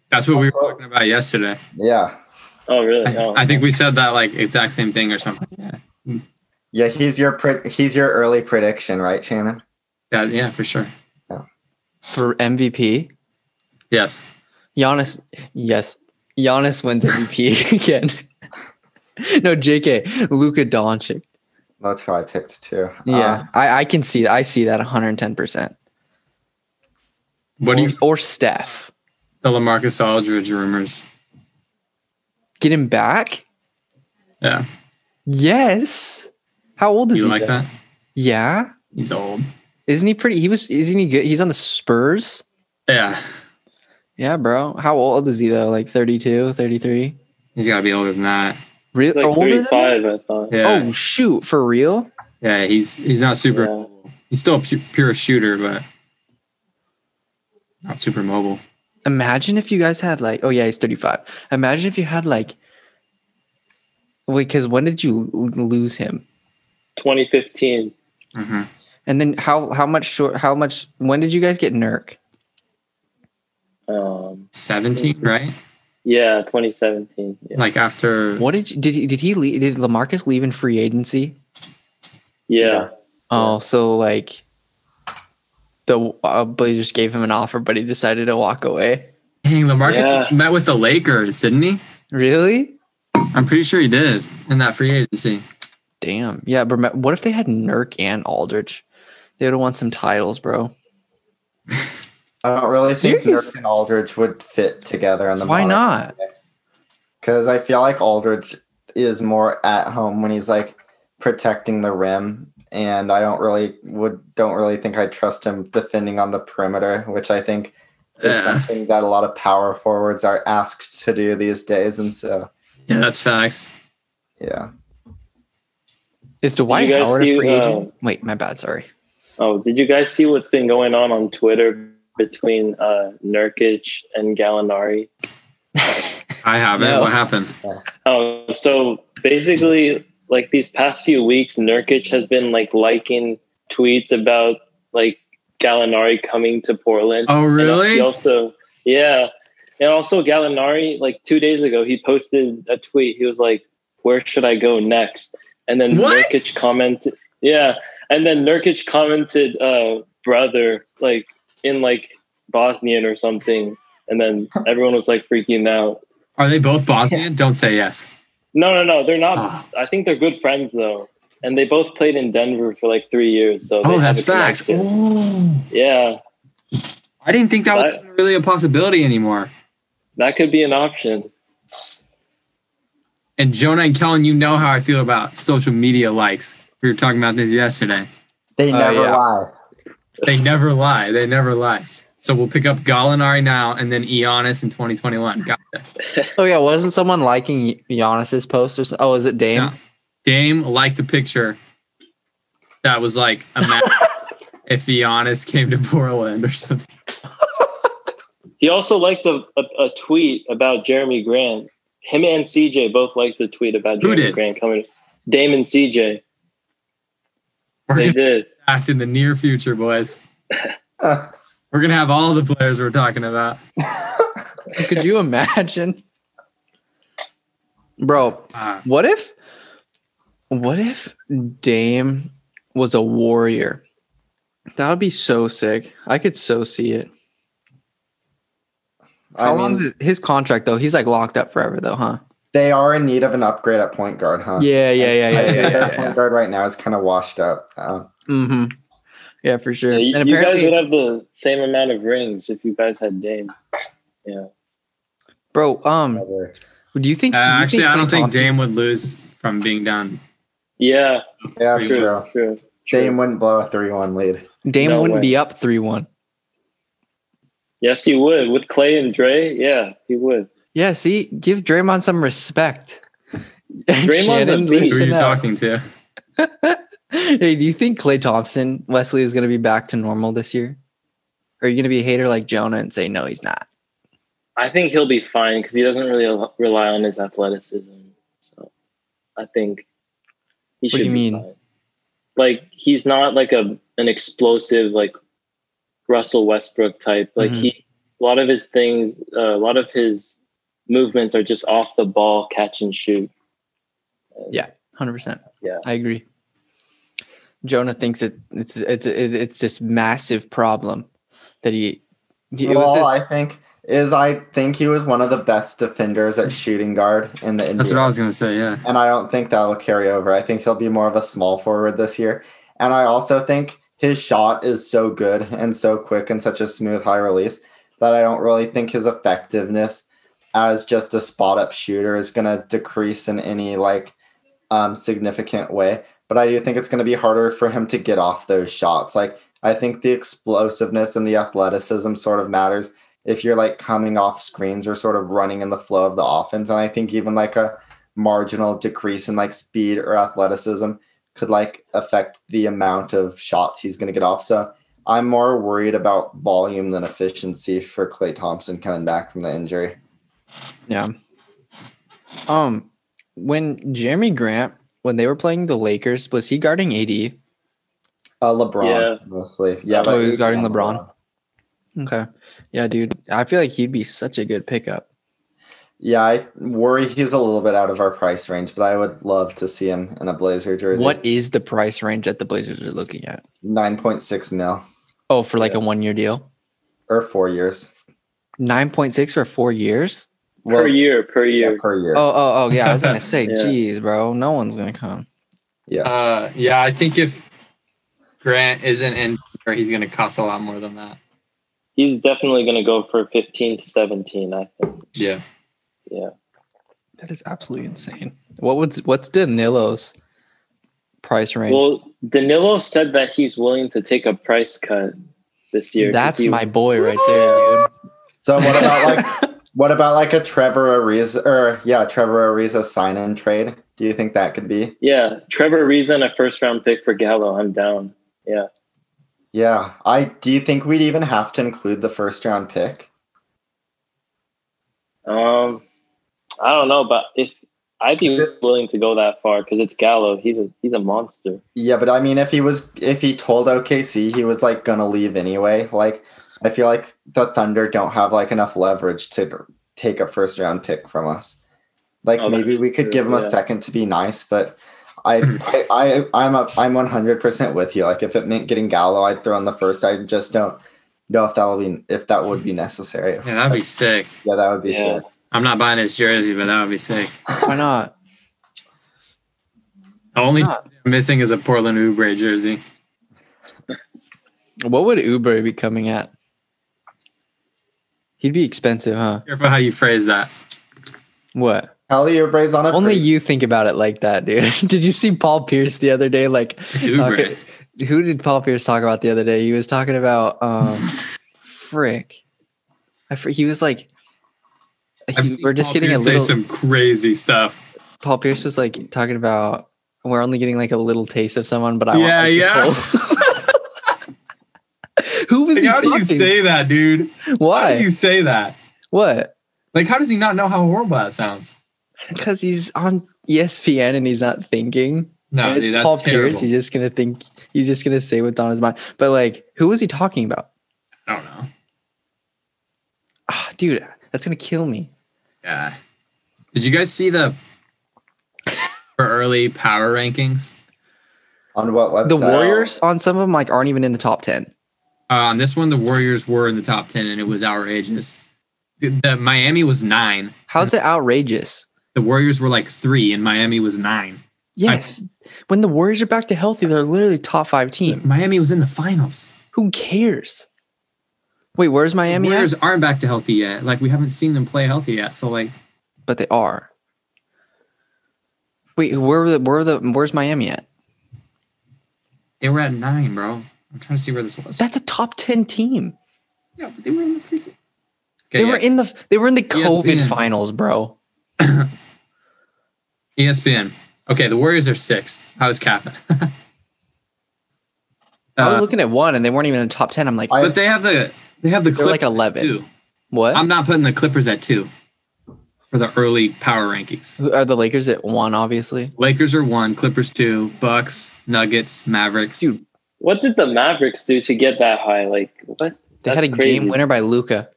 [SPEAKER 2] That's what we were talking about yesterday.
[SPEAKER 4] yeah,
[SPEAKER 3] Oh, really?
[SPEAKER 2] I,
[SPEAKER 3] Oh.
[SPEAKER 2] I think we said that like exact same thing or something.
[SPEAKER 4] yeah. He's your pre- he's your early prediction, right, Shannon?
[SPEAKER 2] Yeah, yeah, for sure.
[SPEAKER 1] For MVP,
[SPEAKER 2] Yes.
[SPEAKER 1] Giannis, yes, Giannis wins MVP again. no, JK, Luka Doncic.
[SPEAKER 4] That's who I picked too. Uh,
[SPEAKER 1] Yeah, I, I can see. I see that one hundred and ten percent.
[SPEAKER 2] What do you
[SPEAKER 1] Or Steph,
[SPEAKER 2] the Lamarcus Aldridge rumors?
[SPEAKER 1] get him back.
[SPEAKER 2] Yeah,
[SPEAKER 1] Yes. How old is
[SPEAKER 2] you
[SPEAKER 1] he?
[SPEAKER 2] like that?
[SPEAKER 1] Yeah.
[SPEAKER 2] He's old.
[SPEAKER 1] Isn't he pretty? He was. Isn't he good? He's on the Spurs.
[SPEAKER 2] Yeah,
[SPEAKER 1] Yeah, bro. How old is he though? Like 32, 33?
[SPEAKER 2] he's got to be older than that.
[SPEAKER 1] Really?
[SPEAKER 3] He's like
[SPEAKER 1] older than that?
[SPEAKER 3] 35, I thought.
[SPEAKER 2] Yeah,
[SPEAKER 1] Oh shoot! For real?
[SPEAKER 2] yeah, he's he's not super.
[SPEAKER 3] Yeah.
[SPEAKER 2] He's still a pu- pure shooter, but not super mobile.
[SPEAKER 1] Imagine if you guys had like. Oh yeah, he's thirty-five. Imagine if you had like. Wait, because when did you l- lose him?
[SPEAKER 3] 2015.
[SPEAKER 2] hmm
[SPEAKER 1] And then how how much short? How much? When did you guys get Nurk?
[SPEAKER 3] Um,
[SPEAKER 2] Seventeen, right?
[SPEAKER 3] yeah, 2017. Yeah.
[SPEAKER 2] Like after
[SPEAKER 1] What did you, did he did he leave, did Lamarcus leave in free agency?
[SPEAKER 3] yeah.
[SPEAKER 1] Oh, so like the uh, Blazers gave him an offer, but he decided to walk away.
[SPEAKER 2] Dang, Lamarcus
[SPEAKER 3] Yeah.
[SPEAKER 2] met with the Lakers, didn't he?
[SPEAKER 1] Really?
[SPEAKER 2] I'm pretty sure he did in that free agency.
[SPEAKER 1] Damn. Yeah, but me- what if they had Nurk and Aldridge? They would have won some titles, bro.
[SPEAKER 4] I don't really think
[SPEAKER 1] Serious?
[SPEAKER 4] Nurk and Aldridge would fit together on the.
[SPEAKER 1] Why not?
[SPEAKER 4] Because I feel like Aldridge is more at home when he's like protecting the rim, and I don't really would don't really think I trust him defending on the perimeter, which I think is
[SPEAKER 2] Yeah,
[SPEAKER 4] something that a lot of power forwards are asked to do these days. And so,
[SPEAKER 2] yeah, that's facts.
[SPEAKER 4] yeah,
[SPEAKER 1] Is Dwight
[SPEAKER 3] guys
[SPEAKER 1] Howard
[SPEAKER 3] see,
[SPEAKER 1] a free agent?
[SPEAKER 3] um,
[SPEAKER 1] Wait, my bad. Sorry.
[SPEAKER 3] Oh, did you guys see what's been going on on Twitter between uh, Nurkic and Gallinari?
[SPEAKER 2] I haven't.
[SPEAKER 1] No.
[SPEAKER 2] What happened?
[SPEAKER 3] Oh, so basically, like these past few weeks, Nurkic has been like liking tweets about like Gallinari coming to Portland.
[SPEAKER 2] Oh,
[SPEAKER 3] And
[SPEAKER 2] really?
[SPEAKER 3] he also, yeah. And also, Gallinari, like two days ago, he posted a tweet. He was like, Where should I go next? And then
[SPEAKER 2] What?
[SPEAKER 3] Nurkic commented, Yeah. And then Nurkic commented, uh, Brother, like in like Bosnian or something. And then everyone was like freaking out.
[SPEAKER 2] Are they both Bosnian? Don't say yes.
[SPEAKER 3] No, no, no. They're not.
[SPEAKER 2] Oh,
[SPEAKER 3] I think they're good friends though. And they both played in Denver for like three years. So they
[SPEAKER 2] Oh,
[SPEAKER 3] have
[SPEAKER 2] that's
[SPEAKER 3] a
[SPEAKER 2] facts.
[SPEAKER 3] connection.
[SPEAKER 2] Oh,
[SPEAKER 3] Yeah.
[SPEAKER 2] I didn't think that was
[SPEAKER 3] But-
[SPEAKER 2] even really a possibility anymore.
[SPEAKER 3] That could be an option.
[SPEAKER 2] And Jonah and Kellen, you know how I feel about social media likes. We were talking about this yesterday.
[SPEAKER 4] they
[SPEAKER 2] Uh,
[SPEAKER 1] Oh,
[SPEAKER 4] never
[SPEAKER 1] yeah.
[SPEAKER 4] lie.
[SPEAKER 2] They never lie. They never lie. So we'll pick up Gallinari now and then Ioannis in 2021. Got it.
[SPEAKER 1] Oh yeah, wasn't someone liking Y- Giannis's post or so? Oh, is it Dame?
[SPEAKER 2] Yeah. Dame liked a picture that was like a map if Giannis came to Portland or something.
[SPEAKER 3] He also liked a, a, a tweet about Jeremy Grant. Him and CJ both liked a tweet about
[SPEAKER 2] Who
[SPEAKER 3] Jeremy
[SPEAKER 2] did?
[SPEAKER 3] Grant coming. Dame and CJ.
[SPEAKER 2] We're gonna
[SPEAKER 3] They did.
[SPEAKER 2] act in the near future, boys. We're gonna have all the players we're talking about.
[SPEAKER 1] Could you imagine? Bro,
[SPEAKER 2] Ah,
[SPEAKER 1] What if what if Dame was a warrior? That would be so sick. I could so see it. How
[SPEAKER 4] I
[SPEAKER 1] long is
[SPEAKER 4] mean,
[SPEAKER 1] it? his contract though? He's like locked up forever though, huh?
[SPEAKER 4] they are in need of an upgrade at point guard,
[SPEAKER 3] Uh,
[SPEAKER 4] huh?
[SPEAKER 1] Yeah, yeah, yeah, yeah,
[SPEAKER 4] I think
[SPEAKER 1] yeah,
[SPEAKER 4] their
[SPEAKER 1] yeah.
[SPEAKER 4] point guard right now is kind of washed up. Um,
[SPEAKER 1] Mm-hmm. Yeah, for sure.
[SPEAKER 3] Yeah, you,
[SPEAKER 1] and
[SPEAKER 3] you guys would
[SPEAKER 1] apparently,
[SPEAKER 3] have the same amount of rings if you guys had Dame.
[SPEAKER 1] bro, um,
[SPEAKER 4] whether-
[SPEAKER 1] do you think?
[SPEAKER 2] uh,
[SPEAKER 1] um, do you
[SPEAKER 2] actually, I
[SPEAKER 1] Klay
[SPEAKER 2] don't think
[SPEAKER 1] Thompson-
[SPEAKER 2] Dame would lose from being down
[SPEAKER 3] Yeah,
[SPEAKER 4] Yeah, that's
[SPEAKER 2] Three
[SPEAKER 4] true.
[SPEAKER 3] true, true. true.
[SPEAKER 4] Dame wouldn't blow a 3 1 lead.
[SPEAKER 1] Dame
[SPEAKER 3] No
[SPEAKER 1] wouldn't
[SPEAKER 3] way.
[SPEAKER 1] be up three one.
[SPEAKER 3] Yes, he would with Clay and Dre. Yeah, he would.
[SPEAKER 1] Yeah, see, give Draymond some respect.
[SPEAKER 3] Draymond's
[SPEAKER 1] Shannon
[SPEAKER 3] a
[SPEAKER 1] beats
[SPEAKER 2] Who are you
[SPEAKER 1] him out.
[SPEAKER 2] talking to?
[SPEAKER 1] hey, do you think Clay Thompson, Wesley, is going to be back to normal this year? Or are you going to be a hater like Jonah and say, no, he's not?
[SPEAKER 3] I think he'll be fine because he doesn't really al- rely on his athleticism. So I think he
[SPEAKER 1] What do
[SPEAKER 3] should
[SPEAKER 1] you
[SPEAKER 3] be
[SPEAKER 1] mean?
[SPEAKER 3] fine. Like he's not like a an explosive like Russell Westbrook type. Like
[SPEAKER 1] Mhm.
[SPEAKER 3] he, a lot of his things, uh, a lot of his movements are just off the ball, catch and shoot.
[SPEAKER 1] 100%.
[SPEAKER 3] Yeah.
[SPEAKER 1] I agree. Jonah thinks it, it's it's it, it's this massive problem that he. he- it was
[SPEAKER 4] Well,
[SPEAKER 1] this-
[SPEAKER 4] I think is I think he was one of the best defenders at shooting guard in the NBA.
[SPEAKER 2] That's what I was gonna say. Yeah,
[SPEAKER 4] and I don't think that'll carry over. I think he'll be more of a small forward this year. And I also think his shot is so good and so quick and such a smooth high release that I don't really think his effectiveness as just a spot up shooter is going to decrease in any like um, significant way. But I do think it's going to be harder for him to get off those shots. Like I think the explosiveness and the athleticism sort of matters if you're like coming off screens or sort of running in the flow of the offense. And I think even like a marginal decrease in like speed or athleticism could like affect the amount of shots he's going to get off. So I'm more worried about volume than efficiency for Clay Thompson coming back from the injury.
[SPEAKER 1] Yeah. Um, when Jeremy Grant, when they were playing the Lakers, was he guarding AD?
[SPEAKER 4] Uh, LeBron
[SPEAKER 3] Yeah.
[SPEAKER 4] mostly. Yeah,
[SPEAKER 3] Oh,
[SPEAKER 1] he was
[SPEAKER 4] he's
[SPEAKER 1] guarding LeBron. Okay. Yeah, dude. I feel like he'd be such a good pickup.
[SPEAKER 4] Yeah, I worry he's a little bit out of our price range, but I would love to see him in a Blazer jersey.
[SPEAKER 1] What is the price range that the Blazers are looking at?
[SPEAKER 4] Nine point six mil
[SPEAKER 1] Oh, for like
[SPEAKER 3] Yeah.
[SPEAKER 1] a one year deal?
[SPEAKER 4] or four years?
[SPEAKER 1] 9.6 for four years?
[SPEAKER 4] Well,
[SPEAKER 3] per year, per
[SPEAKER 4] yeah,
[SPEAKER 3] year.
[SPEAKER 4] per year.
[SPEAKER 1] Oh, oh, oh, yeah. I was going to say,
[SPEAKER 3] Yeah.
[SPEAKER 1] geez, bro. No one's going to come.
[SPEAKER 4] Yeah,
[SPEAKER 2] uh, yeah. I think if Grant isn't in, or he's gonna cost a lot more than that.
[SPEAKER 3] He's definitely going to go for fifteen to seventeen. I think.
[SPEAKER 2] Yeah,
[SPEAKER 3] Yeah,
[SPEAKER 1] That is absolutely insane. What would, what's Danilo's price range?
[SPEAKER 3] Well, Danilo said that he's willing to take a price cut this year. 'cause
[SPEAKER 1] That's
[SPEAKER 3] he-
[SPEAKER 1] my boy right there, dude.
[SPEAKER 4] So what about like What about like a Trevor Ariza or yeah, Trevor Ariza sign in trade? Do you think that could be?
[SPEAKER 3] Yeah, Trevor Reason, a first round pick for Gallo. I'm down. Yeah,
[SPEAKER 4] Yeah. I do you think we'd even have to include the first round pick?
[SPEAKER 3] um, I don't know, but if I'd be willing to go that far because it's Gallo. He's a he's a monster.
[SPEAKER 4] Yeah, but I mean if he was if he told OKC he was like gonna leave anyway, like I feel like the Thunder don't have like enough leverage to take a first round pick from us. Like
[SPEAKER 3] Oh, that
[SPEAKER 4] maybe
[SPEAKER 3] is
[SPEAKER 4] we could
[SPEAKER 3] true,
[SPEAKER 4] give him a
[SPEAKER 3] yeah.
[SPEAKER 4] second to be nice, but I, I, I, I'm up. I'm 100% with you. Like, if it meant getting Gallo, I'd throw in the first. I just don't know if that will be if that would be necessary.
[SPEAKER 2] yeah, that'd be sick.
[SPEAKER 4] Yeah, that would be
[SPEAKER 3] Yeah.
[SPEAKER 4] sick.
[SPEAKER 2] I'm not buying his jersey, but that would be sick.
[SPEAKER 1] Why not?
[SPEAKER 2] The only
[SPEAKER 1] Not.
[SPEAKER 2] thing I'm missing is a Portland Oubre jersey.
[SPEAKER 1] What would Uber be coming at? He'd be expensive, huh?
[SPEAKER 2] Careful how you phrase that.
[SPEAKER 1] What?
[SPEAKER 4] Kelly Oubre's on a
[SPEAKER 1] Only
[SPEAKER 4] pretty-
[SPEAKER 1] you think about it like that, dude. did you see Paul Pierce the other day? Like,
[SPEAKER 2] It's Oubre.
[SPEAKER 1] okay, who did Paul Pierce talk about the other day? He was talking about, um, frick. I fr- he was like,
[SPEAKER 2] I've
[SPEAKER 1] he-
[SPEAKER 2] seen
[SPEAKER 1] we're just
[SPEAKER 2] Paul
[SPEAKER 1] getting
[SPEAKER 2] Pierce
[SPEAKER 1] a little.
[SPEAKER 2] say some crazy stuff.
[SPEAKER 1] Paul Pierce was like talking about, we're only getting like a little taste of someone, but I
[SPEAKER 2] Yeah,
[SPEAKER 1] want.
[SPEAKER 2] yeah.
[SPEAKER 1] yeah. who was
[SPEAKER 2] Like,
[SPEAKER 1] he
[SPEAKER 2] how
[SPEAKER 1] talking?
[SPEAKER 2] do you say that, dude? How
[SPEAKER 1] Why?
[SPEAKER 2] do you say that?
[SPEAKER 1] what?
[SPEAKER 2] Like, how does he not know how horrible that sounds?
[SPEAKER 1] Because he's on E ESPN and he's not thinking.
[SPEAKER 2] No,
[SPEAKER 1] And it's
[SPEAKER 2] dude, that's
[SPEAKER 1] Paul
[SPEAKER 2] terrible.
[SPEAKER 1] Pierce. He's just gonna think. He's just gonna say what's on his mind. But like, who was he talking about?
[SPEAKER 2] I don't know.
[SPEAKER 1] Ah, dude, that's gonna kill me.
[SPEAKER 2] Yeah. Did you guys see the for early power rankings?
[SPEAKER 4] on what website?
[SPEAKER 1] The Warriors on some of them like aren't even in the top ten.
[SPEAKER 2] Uh, on this one, the Warriors were in the top ten, and it was outrageous. The, the Miami was nine.
[SPEAKER 1] How's it outrageous?
[SPEAKER 2] The Warriors were like three, and Miami was nine.
[SPEAKER 1] Yes, when the Warriors are back to healthy, they're literally top five team.
[SPEAKER 2] Miami was in the finals.
[SPEAKER 1] Who cares? Wait, where's Miami?
[SPEAKER 2] the
[SPEAKER 1] at?
[SPEAKER 2] Warriors aren't back to healthy yet. Like we haven't seen them play healthy yet. So like,
[SPEAKER 1] But they are. Wait, where were the where were the where's Miami at?
[SPEAKER 2] They were at nine, bro. I'm trying to see where this was.
[SPEAKER 1] That's a top ten team.
[SPEAKER 2] yeah, but they were in the freaking. Okay,
[SPEAKER 1] they
[SPEAKER 2] E
[SPEAKER 1] were in the they were in the COVID
[SPEAKER 2] ESPN.
[SPEAKER 1] finals, bro.
[SPEAKER 2] yeah. ESPN. Okay, the Warriors are sixth. How is Kappa?
[SPEAKER 1] I was
[SPEAKER 2] Uh,
[SPEAKER 1] looking at one and they weren't even in the top ten. I'm like,
[SPEAKER 4] I-
[SPEAKER 2] but they have the they have the
[SPEAKER 1] They're like
[SPEAKER 2] Clippers at
[SPEAKER 1] 11.
[SPEAKER 2] two.
[SPEAKER 1] what?
[SPEAKER 2] I'm not putting the Clippers at two for the early power rankings.
[SPEAKER 1] Are the Lakers at one? Obviously,
[SPEAKER 2] Lakers are one, Clippers two, Bucks, Nuggets, Mavericks.
[SPEAKER 1] Dude,
[SPEAKER 3] What did the Mavericks do to get that high? Like what?
[SPEAKER 1] they had a
[SPEAKER 3] That's crazy.
[SPEAKER 1] game winner by Luca.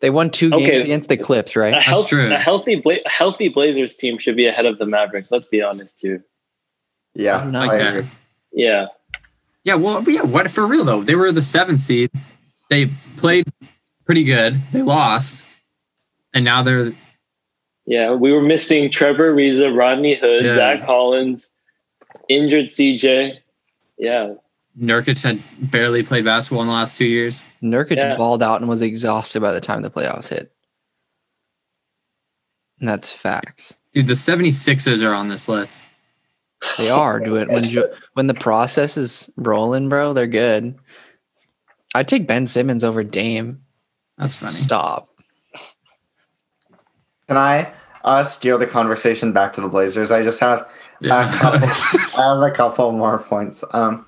[SPEAKER 1] They won two
[SPEAKER 3] Okay.
[SPEAKER 1] games against the Clips,
[SPEAKER 3] A,
[SPEAKER 1] right?
[SPEAKER 3] health,
[SPEAKER 2] true.
[SPEAKER 3] a healthy Bla- a healthy Blazers team should be ahead of the Mavericks. Let's be honest here.
[SPEAKER 4] Yeah,
[SPEAKER 1] I'm not
[SPEAKER 4] I
[SPEAKER 2] like that.
[SPEAKER 4] agree.
[SPEAKER 3] Yeah,
[SPEAKER 2] Yeah, well, yeah. What for real though? They were the seventh seed. They played pretty good. They lost, and now they're
[SPEAKER 3] yeah. We were missing Trevor Reza, Rodney Hood,
[SPEAKER 2] Yeah.
[SPEAKER 3] Zach Collins, injured CJ. Yeah,
[SPEAKER 2] Nurkic had barely played basketball in the last two years.
[SPEAKER 1] Nurkic
[SPEAKER 3] Yeah.
[SPEAKER 1] balled out and was exhausted by the time the playoffs hit. And that's facts.
[SPEAKER 2] Dude, the 76ers are on this list.
[SPEAKER 1] They are doing when you when the process is rolling, bro. They're good. I'd take Ben Simmons over Dame.
[SPEAKER 2] That's funny.
[SPEAKER 1] Stop.
[SPEAKER 4] Can I uh, steer the conversation back to the Blazers? I just have a couple,
[SPEAKER 2] Yeah.
[SPEAKER 4] I have a couple more points. Um,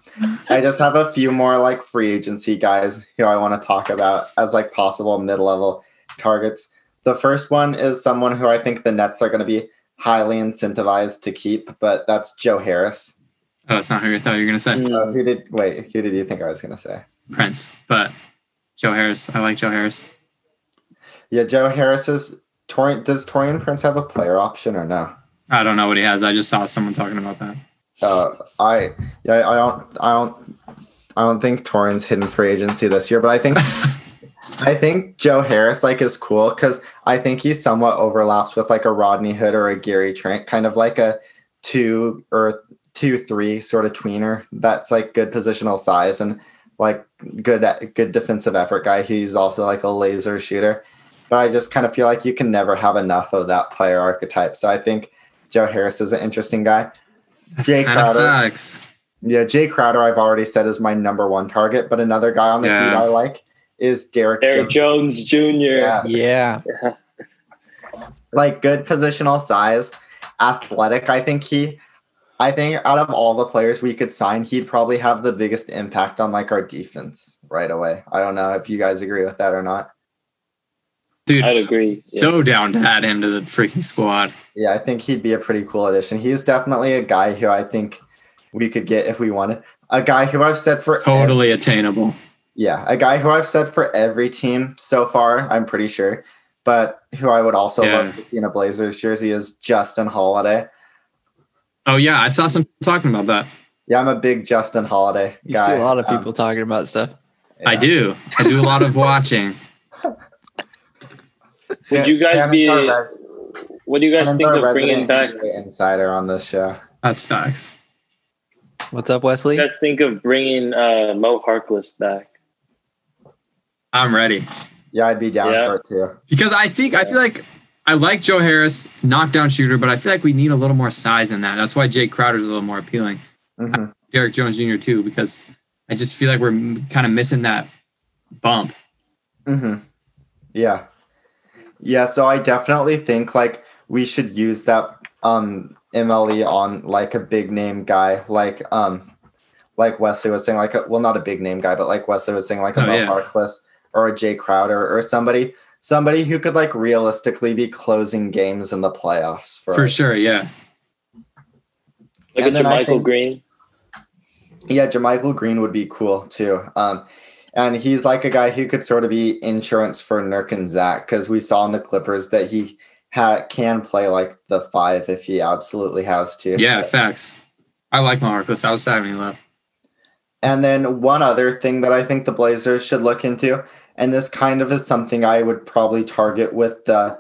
[SPEAKER 4] I just have a few more like free agency guys who I want to talk about as like possible mid level targets. The first one is someone who I think the Nets are going to be highly incentivized to keep, but that's Joe Harris.
[SPEAKER 2] oh, it's not who I thought you were gonna say.
[SPEAKER 3] Mm.
[SPEAKER 4] Uh, who did wait? Who did you think I was going to say?
[SPEAKER 2] Prince, but Joe Harris. I like Joe Harris.
[SPEAKER 4] Yeah, Joe Harris is. Tor- does Torian Prince have a player option or no?
[SPEAKER 2] I don't know what he has. I just saw someone talking about that.
[SPEAKER 4] Uh, I yeah, I don't I don't I don't think Torrens hidden free agency this year, but I think I think Joe Harris like is cool because I think he somewhat overlaps with like a Rodney Hood or a Gary Trent, kind of like a two or two three sort of tweener that's like good positional size and like good good defensive effort guy. He's also like a laser shooter. But I just kind of feel like you can never have enough of that player archetype. So I think Joe Harris is an interesting guy.
[SPEAKER 2] That's
[SPEAKER 4] Jay
[SPEAKER 2] kind of
[SPEAKER 4] Crowder.
[SPEAKER 2] facts.
[SPEAKER 4] Yeah, Jay Crowder, I've already said is my number one target, but another guy on the
[SPEAKER 2] Yeah.
[SPEAKER 4] Heat I like is Derek,
[SPEAKER 3] Eric
[SPEAKER 4] Jones.
[SPEAKER 3] Jones Jr.
[SPEAKER 4] Yes.
[SPEAKER 1] Yeah.
[SPEAKER 4] Like good positional size, athletic. I think he, I think out of all the players we could sign, he'd probably have the biggest impact on like our defense right away. I don't know if you guys agree with that or not.
[SPEAKER 2] Dude,
[SPEAKER 3] I'd agree. Yeah.
[SPEAKER 2] so down to add him to the freaking squad.
[SPEAKER 4] Yeah, I think he'd be a pretty cool addition. He's definitely a guy who I think we could get if we wanted. A guy who I've said for
[SPEAKER 2] Totally attainable.
[SPEAKER 4] Yeah, a guy who I've said for every team so far, I'm pretty sure, but who I would also
[SPEAKER 2] Yeah.
[SPEAKER 4] love to see in a Blazers jersey is Justin Holiday.
[SPEAKER 2] Oh yeah, I saw some talking about that.
[SPEAKER 4] Yeah, I'm a big Justin Holiday
[SPEAKER 1] You
[SPEAKER 4] guy.
[SPEAKER 1] see a lot of
[SPEAKER 4] Um,
[SPEAKER 1] people talking about stuff.
[SPEAKER 4] yeah.
[SPEAKER 2] I do. I do a lot of watching.
[SPEAKER 3] Would you guys
[SPEAKER 4] Shannon's
[SPEAKER 3] be-
[SPEAKER 4] our res-
[SPEAKER 3] What do you guys
[SPEAKER 4] Shannon's
[SPEAKER 3] think
[SPEAKER 4] our
[SPEAKER 3] of bringing
[SPEAKER 4] resident
[SPEAKER 3] back?
[SPEAKER 4] NBA insider on this show?
[SPEAKER 2] That's facts.
[SPEAKER 1] What's up, Wesley?
[SPEAKER 3] You guys think of bringing uh, Mo Harkless back?
[SPEAKER 2] I'm ready.
[SPEAKER 4] Yeah, I'd be down
[SPEAKER 3] Yeah.
[SPEAKER 4] for it too.
[SPEAKER 2] Because I think I feel like I like Joe Harris, knockdown shooter, but I feel like we need a little more size in that. That's why Jake Crowder's a little more appealing.
[SPEAKER 4] Mhm.
[SPEAKER 2] Derek Jones Jr. too, because I just feel like we're kind of missing that bump.
[SPEAKER 4] Mm-hmm. Yeah. Yeah, so I definitely think like we should use that um MLE on like a big name guy like um like Wesley was saying like a, well not a big name guy but like Wesley was saying like a
[SPEAKER 2] Oh,
[SPEAKER 4] Mo
[SPEAKER 2] yeah.
[SPEAKER 4] Harkless or a Jay Crowder or somebody somebody who could like realistically be closing games in the playoffs for,
[SPEAKER 2] For
[SPEAKER 4] us.
[SPEAKER 2] sure, yeah.
[SPEAKER 3] Like
[SPEAKER 4] And
[SPEAKER 3] a
[SPEAKER 4] then I
[SPEAKER 3] Jermichael
[SPEAKER 4] think-
[SPEAKER 3] Green.
[SPEAKER 4] Yeah, Jermichael Green would be cool too. Um, and he's like a guy who could sort of be insurance for Nurk and Zach because we saw in the Clippers that he ha- can play like the five if he absolutely has to.
[SPEAKER 2] Yeah,
[SPEAKER 4] So-
[SPEAKER 2] facts. I like Marcus. I was sad when he left.
[SPEAKER 4] And then one other thing that I think the Blazers should look into, and this kind of is something I would probably target with the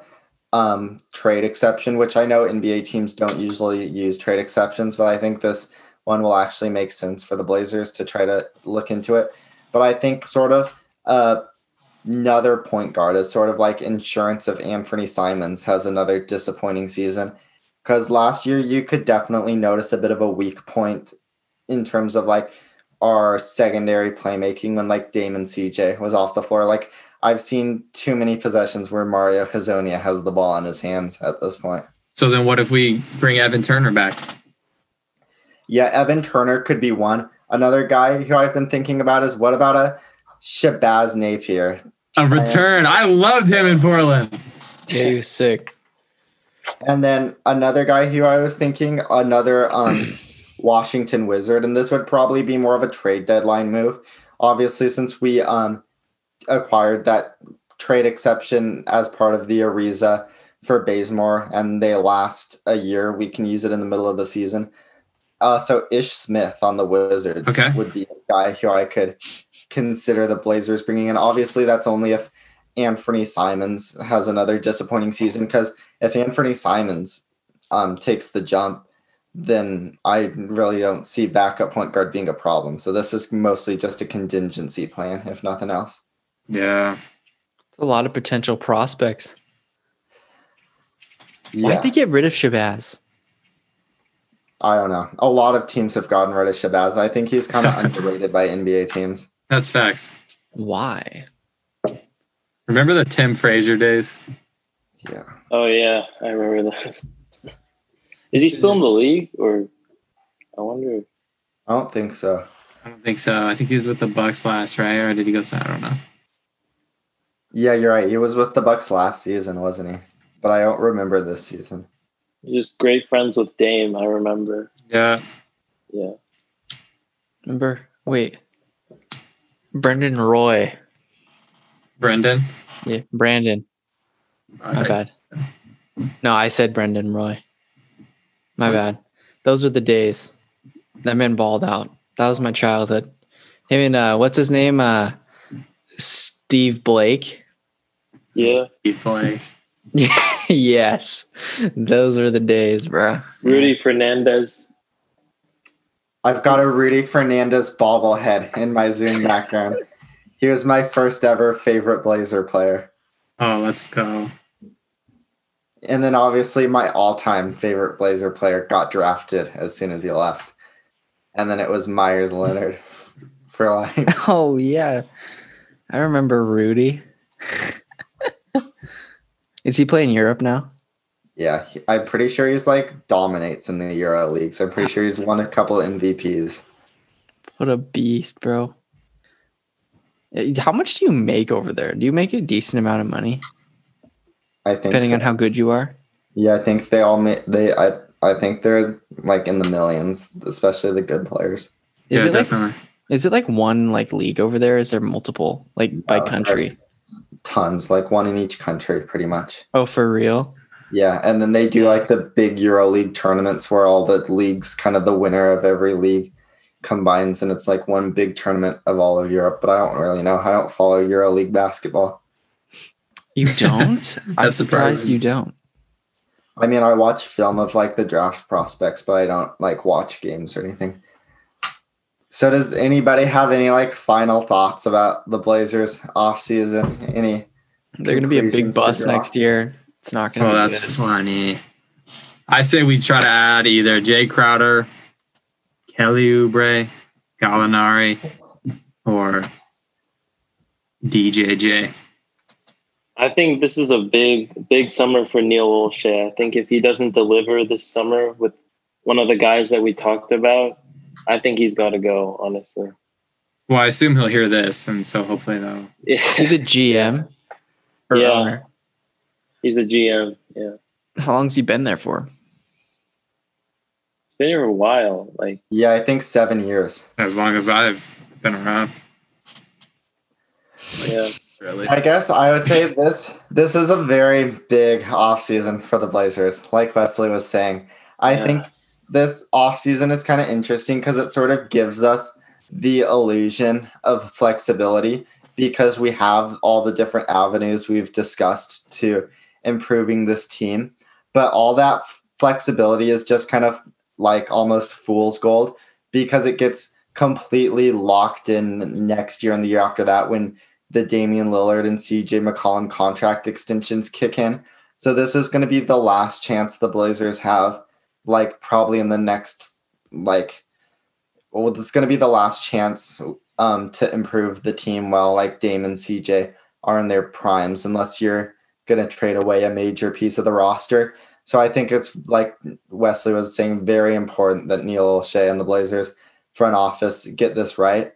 [SPEAKER 4] um, trade exception, which I know NBA teams don't usually use trade exceptions, but I think this one will actually make sense for the Blazers to try to look into it. But I think sort of uh, another point guard is sort of like insurance of Anthony Simons has another disappointing season. Because last year you could definitely notice a bit of a weak point in terms of like our secondary playmaking when like Damon CJ was off the floor. Like I've seen too many possessions where Mario Hazonia has the ball in his hands at this point.
[SPEAKER 2] So then what if we bring Evan Turner back?
[SPEAKER 4] Yeah, Evan Turner could be one. Another guy who I've been thinking about is what about a Shabazz Napier?
[SPEAKER 2] A return. I loved him in Portland.
[SPEAKER 1] Yeah, he was sick.
[SPEAKER 4] And then another guy who I was thinking, another um, Washington Wizard, and this would probably be more of a trade deadline move. Obviously, since we um, acquired that trade exception as part of the Ariza for Bazemore, and they last a year, we can use it in the middle of the season. Uh, so Ish Smith on the Wizards
[SPEAKER 2] Okay.
[SPEAKER 4] would be a guy who I could consider the Blazers bringing in. Obviously, that's only if Anthony Simons has another disappointing season. Because if Anthony Simons um, takes the jump, then I really don't see backup point guard being a problem. So this is mostly just a contingency plan, if nothing else.
[SPEAKER 2] Yeah.
[SPEAKER 1] It's a lot of potential prospects.
[SPEAKER 4] Yeah.
[SPEAKER 1] Why'd they get rid of Shabazz?
[SPEAKER 4] I don't know. A lot of teams have gotten rid of Shabazz. I think he's kind of underrated by NBA teams.
[SPEAKER 2] That's facts.
[SPEAKER 1] Why?
[SPEAKER 2] Remember the Tim Frazier days?
[SPEAKER 4] Yeah.
[SPEAKER 3] Oh yeah, I remember that. Is he still in the league or? I wonder.
[SPEAKER 4] I don't think so.
[SPEAKER 2] I don't think so. I think he was with the Bucks last, right? Or did he go? I don't know.
[SPEAKER 4] Yeah, you're right. He was with the Bucks last season, wasn't he? But I don't remember this season.
[SPEAKER 3] He was great friends with Dame. I remember.
[SPEAKER 2] Yeah.
[SPEAKER 3] Yeah.
[SPEAKER 1] Remember? Wait. Brendan Roy.
[SPEAKER 2] Brendan.
[SPEAKER 1] Yeah, Brandon.
[SPEAKER 2] Oh,
[SPEAKER 1] My bad. No, I said Brendan Roy. My bad. Those were the days. That man balled out. That was my childhood. Him and uh, what's his name? Uh, Steve Blake.
[SPEAKER 3] Yeah.
[SPEAKER 4] Mm-hmm.
[SPEAKER 2] He played.
[SPEAKER 1] yes, those were the days, bro.
[SPEAKER 3] Rudy Fernandez.
[SPEAKER 4] I've got a Rudy Fernandez bobblehead in my Zoom background. He was my first ever favorite Blazer player.
[SPEAKER 2] Oh, let's go.
[SPEAKER 4] And then obviously my all-time favorite Blazer player got drafted as soon as he left. And then it was Myers Leonard for life.
[SPEAKER 1] Oh yeah, I remember Rudy. Is he playing Europe now?
[SPEAKER 4] Yeah, he- I'm pretty sure he's like dominates in the Euro leagues. I'm pretty sure he's won a couple MVPs.
[SPEAKER 1] What a beast, bro. Eh, How much do you make over there? Do you make a decent amount of money,
[SPEAKER 4] I think.
[SPEAKER 1] depending
[SPEAKER 4] so.
[SPEAKER 1] on how good you are?
[SPEAKER 4] Yeah, I think they all ma- they I I think they're like in the millions, especially the good players.
[SPEAKER 1] Is
[SPEAKER 2] yeah,
[SPEAKER 1] it like
[SPEAKER 2] definitely.
[SPEAKER 1] Is it like one like league over there? Is there multiple like by
[SPEAKER 4] Uh,
[SPEAKER 1] country?
[SPEAKER 4] there's Tons, like one in each country, pretty much.
[SPEAKER 1] Oh, for real?
[SPEAKER 4] Yeah, and then they do like the big Euro League tournaments where all the leagues, kind of the winner of every league, combines, and it's like one big tournament of all of Europe. But I don't really know. I don't follow Euro League basketball.
[SPEAKER 1] You don't? I'm surprised
[SPEAKER 2] That's surprising.
[SPEAKER 1] you don't.
[SPEAKER 4] I mean, I watch film of like the draft prospects, but I don't like watch games or anything. So does anybody have any like final thoughts about the Blazers off season? Any
[SPEAKER 1] They're gonna be a big
[SPEAKER 4] Conclusions to
[SPEAKER 1] bust
[SPEAKER 4] draw.
[SPEAKER 1] next year. It's not gonna
[SPEAKER 2] Oh,
[SPEAKER 1] be
[SPEAKER 2] that's
[SPEAKER 1] good.
[SPEAKER 2] funny. I say we try to add either Jay Crowder, Kelly Oubre, Gallinari, or DJJ.
[SPEAKER 3] I think this is a big, big summer for Neil Olshay. I think if he doesn't deliver this summer with one of the guys that we talked about, I think he's got to go. Honestly.
[SPEAKER 2] Well, I assume he'll hear this, and so hopefully though.
[SPEAKER 1] Is he the GM? Or
[SPEAKER 3] Yeah.
[SPEAKER 1] owner?
[SPEAKER 3] He's a GM. Yeah.
[SPEAKER 1] How long's he been there for?
[SPEAKER 3] It's been here a while. Like,
[SPEAKER 4] Yeah, I think seven years.
[SPEAKER 2] As long as I've been around,
[SPEAKER 3] yeah.
[SPEAKER 2] really.
[SPEAKER 4] I guess I would say this this is a very big offseason for the Blazers, like Wesley was saying. I
[SPEAKER 3] Yeah.
[SPEAKER 4] think this offseason is kind of interesting because it sort of gives us the illusion of flexibility because we have all the different avenues we've discussed to improving this team. But all that f- flexibility is just kind of like almost fool's gold because it gets completely locked in next year and the year after that when the Damian Lillard and CJ McCollum contract extensions kick in. So this is going to be the last chance the Blazers have, like probably in the next, like, well, it's going to be the last chance um, to improve the team while like Dame and CJ are in their primes, unless you're going to trade away a major piece of the roster. So I think it's like Wesley was saying, very important that Neil O'Shea and the Blazers front office get this right.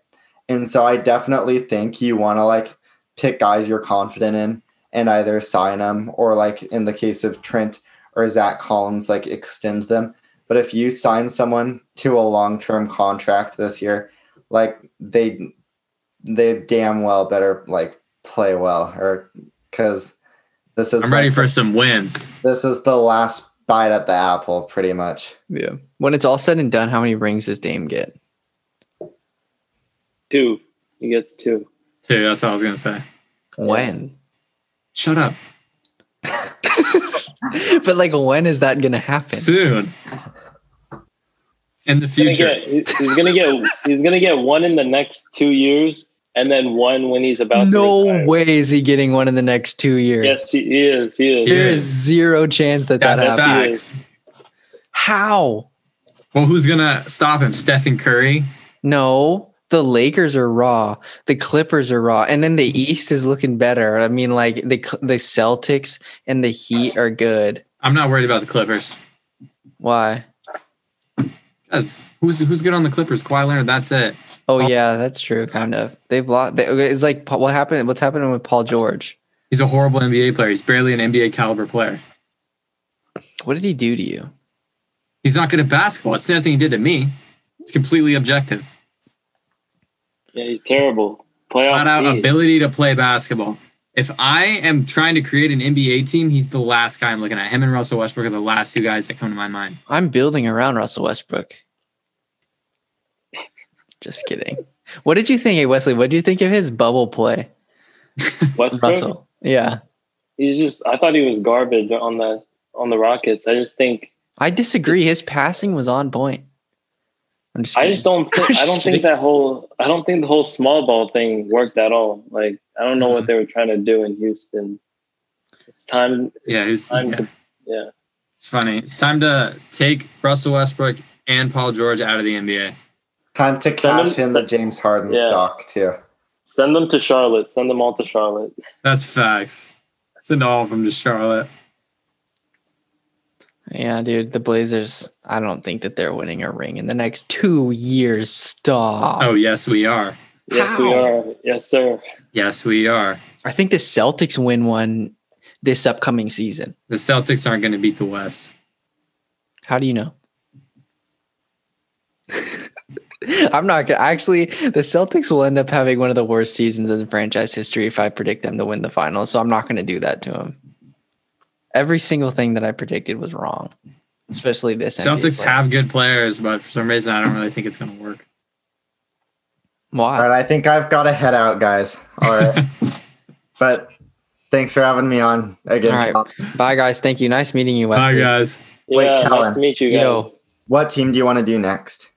[SPEAKER 4] And so I definitely think you want to like pick guys you're confident in and either sign them or like in the case of Trent or Zach Collins, like extend them. But if you sign someone to a long-term contract this year, like they they damn well better like play well or because this is
[SPEAKER 2] I'm ready
[SPEAKER 4] like,
[SPEAKER 2] for some wins.
[SPEAKER 4] this is the last bite at the apple pretty much.
[SPEAKER 1] Yeah. When it's all said and done, how many rings does Dame get?
[SPEAKER 3] Two. He gets two.
[SPEAKER 2] Too. That's what I was gonna say.
[SPEAKER 1] When?
[SPEAKER 2] Shut up.
[SPEAKER 1] but like, when is that gonna happen?
[SPEAKER 2] Soon. In the
[SPEAKER 3] He's
[SPEAKER 2] future.
[SPEAKER 3] gonna, get, he's gonna get he's gonna get one in the next two years, and then one when he's about. to
[SPEAKER 1] No
[SPEAKER 3] retire.
[SPEAKER 1] way is he getting one in the next two years.
[SPEAKER 3] Yes, he is. He is.
[SPEAKER 1] There is zero chance that
[SPEAKER 2] That's
[SPEAKER 1] that
[SPEAKER 2] a
[SPEAKER 1] happens.
[SPEAKER 3] happened.
[SPEAKER 2] fact.
[SPEAKER 1] How?
[SPEAKER 2] Well, who's gonna stop him? Stephen Curry.
[SPEAKER 1] No, the Lakers are raw. The Clippers are raw, and then the East is looking better. I mean, like the Cl- the Celtics and the Heat are good.
[SPEAKER 2] I'm not worried about the Clippers.
[SPEAKER 1] Why?
[SPEAKER 2] Guys, who's who's good on the Clippers? Kawhi Leonard. That's it.
[SPEAKER 1] Oh yeah, that's true. Kind of. They've lost. They, it's like Pa- what happened. What's happening with Paul George?
[SPEAKER 2] He's a horrible NBA player. He's barely an NBA caliber player.
[SPEAKER 1] What did he do to you?
[SPEAKER 2] He's not good at basketball. It's the other thing he did to me. It's completely objective.
[SPEAKER 3] Yeah, he's terrible. Playoff.
[SPEAKER 2] Flat out
[SPEAKER 3] team.
[SPEAKER 2] ability to play basketball. If I am trying to create an NBA team, he's the last guy I'm looking at. Him and Russell Westbrook are the last two guys that come to my mind.
[SPEAKER 1] I'm building around Russell Westbrook. Just kidding. What did you think, hey Wesley? What did you think of his bubble play,
[SPEAKER 3] Westbrook.
[SPEAKER 1] Russell? Yeah,
[SPEAKER 3] He's just. I thought he was garbage on the on the Rockets. I just think.
[SPEAKER 1] I disagree. His passing was on point. I'm just.
[SPEAKER 3] I
[SPEAKER 1] kidding.
[SPEAKER 3] just don't. Think, I don't think that whole. I don't think the whole small ball thing worked at all. Like I don't know what they were trying to do in Houston. It's time.
[SPEAKER 2] Yeah, who's
[SPEAKER 3] Time
[SPEAKER 2] yeah.
[SPEAKER 3] to. Yeah.
[SPEAKER 2] It's funny. It's time to take Russell Westbrook and Paul George out of the NBA.
[SPEAKER 4] Time to
[SPEAKER 3] Someone
[SPEAKER 4] cash in the
[SPEAKER 3] said-
[SPEAKER 4] James Harden
[SPEAKER 3] Yeah.
[SPEAKER 4] stock too.
[SPEAKER 3] Send them to Charlotte. Send them all to Charlotte.
[SPEAKER 2] That's facts. Send all of them to Charlotte.
[SPEAKER 1] Yeah, dude, the Blazers. I don't think that they're winning a ring in the next two years. Stop.
[SPEAKER 2] Oh, yes, we are.
[SPEAKER 3] Yes, we
[SPEAKER 1] How?
[SPEAKER 3] are. Yes, sir.
[SPEAKER 2] Yes, we are.
[SPEAKER 1] I think the Celtics win one this upcoming season.
[SPEAKER 2] The Celtics aren't going to beat the West.
[SPEAKER 1] How do you know? I'm not gonna actually. The Celtics will end up having one of the worst seasons in franchise history if I predict them to win the finals. So I'm not gonna do that to them. Every single thing that I predicted was wrong, especially this. NBA
[SPEAKER 2] Celtics
[SPEAKER 1] play.
[SPEAKER 2] have good players, but for some reason, I don't really think it's going to work.
[SPEAKER 4] All
[SPEAKER 1] why?
[SPEAKER 4] right, I think I've got to head out, guys. All right. but thanks for having me on again.
[SPEAKER 1] All right.
[SPEAKER 4] Colin.
[SPEAKER 1] Bye, guys. Thank you. Nice meeting you,
[SPEAKER 2] Bye,
[SPEAKER 1] Wesley.
[SPEAKER 2] guys.
[SPEAKER 4] Wait,
[SPEAKER 3] yeah,
[SPEAKER 4] Kellen.
[SPEAKER 3] nice to meet you guys.
[SPEAKER 1] Yo.
[SPEAKER 4] What team do you want to do next?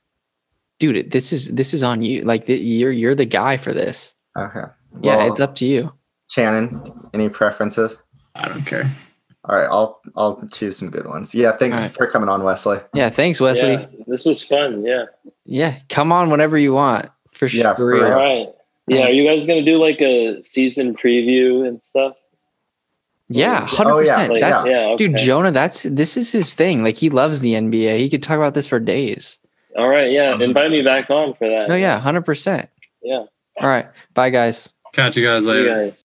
[SPEAKER 1] dude it- this is this is on you like th- you're you're the guy for this
[SPEAKER 4] Okay.
[SPEAKER 1] yeah
[SPEAKER 4] Well,
[SPEAKER 1] it's up to you
[SPEAKER 4] Shannon, any preferences?
[SPEAKER 2] I don't care.
[SPEAKER 4] All right, I'll I'll choose some good ones. Yeah, thanks
[SPEAKER 1] All right.
[SPEAKER 4] for coming on, Wesley.
[SPEAKER 1] yeah thanks wesley yeah,
[SPEAKER 3] Yeah, this was fun. Yeah.
[SPEAKER 1] come on whenever you want for sure
[SPEAKER 4] Yeah, for real. Oh,
[SPEAKER 3] All right. Yeah. Are you guys gonna do like a season preview and stuff?
[SPEAKER 1] yeah 100%
[SPEAKER 4] Oh, yeah,
[SPEAKER 3] Like,
[SPEAKER 1] that's
[SPEAKER 3] yeah. Okay.
[SPEAKER 1] dude jonah that's this is his thing like he loves the nba he could talk about this for days
[SPEAKER 3] All right. Yeah. Invite me back on for that.
[SPEAKER 1] no Oh, yeah 100%
[SPEAKER 3] Yeah.
[SPEAKER 1] all right bye guys
[SPEAKER 2] Catch you guys
[SPEAKER 3] You
[SPEAKER 2] later.
[SPEAKER 3] guys.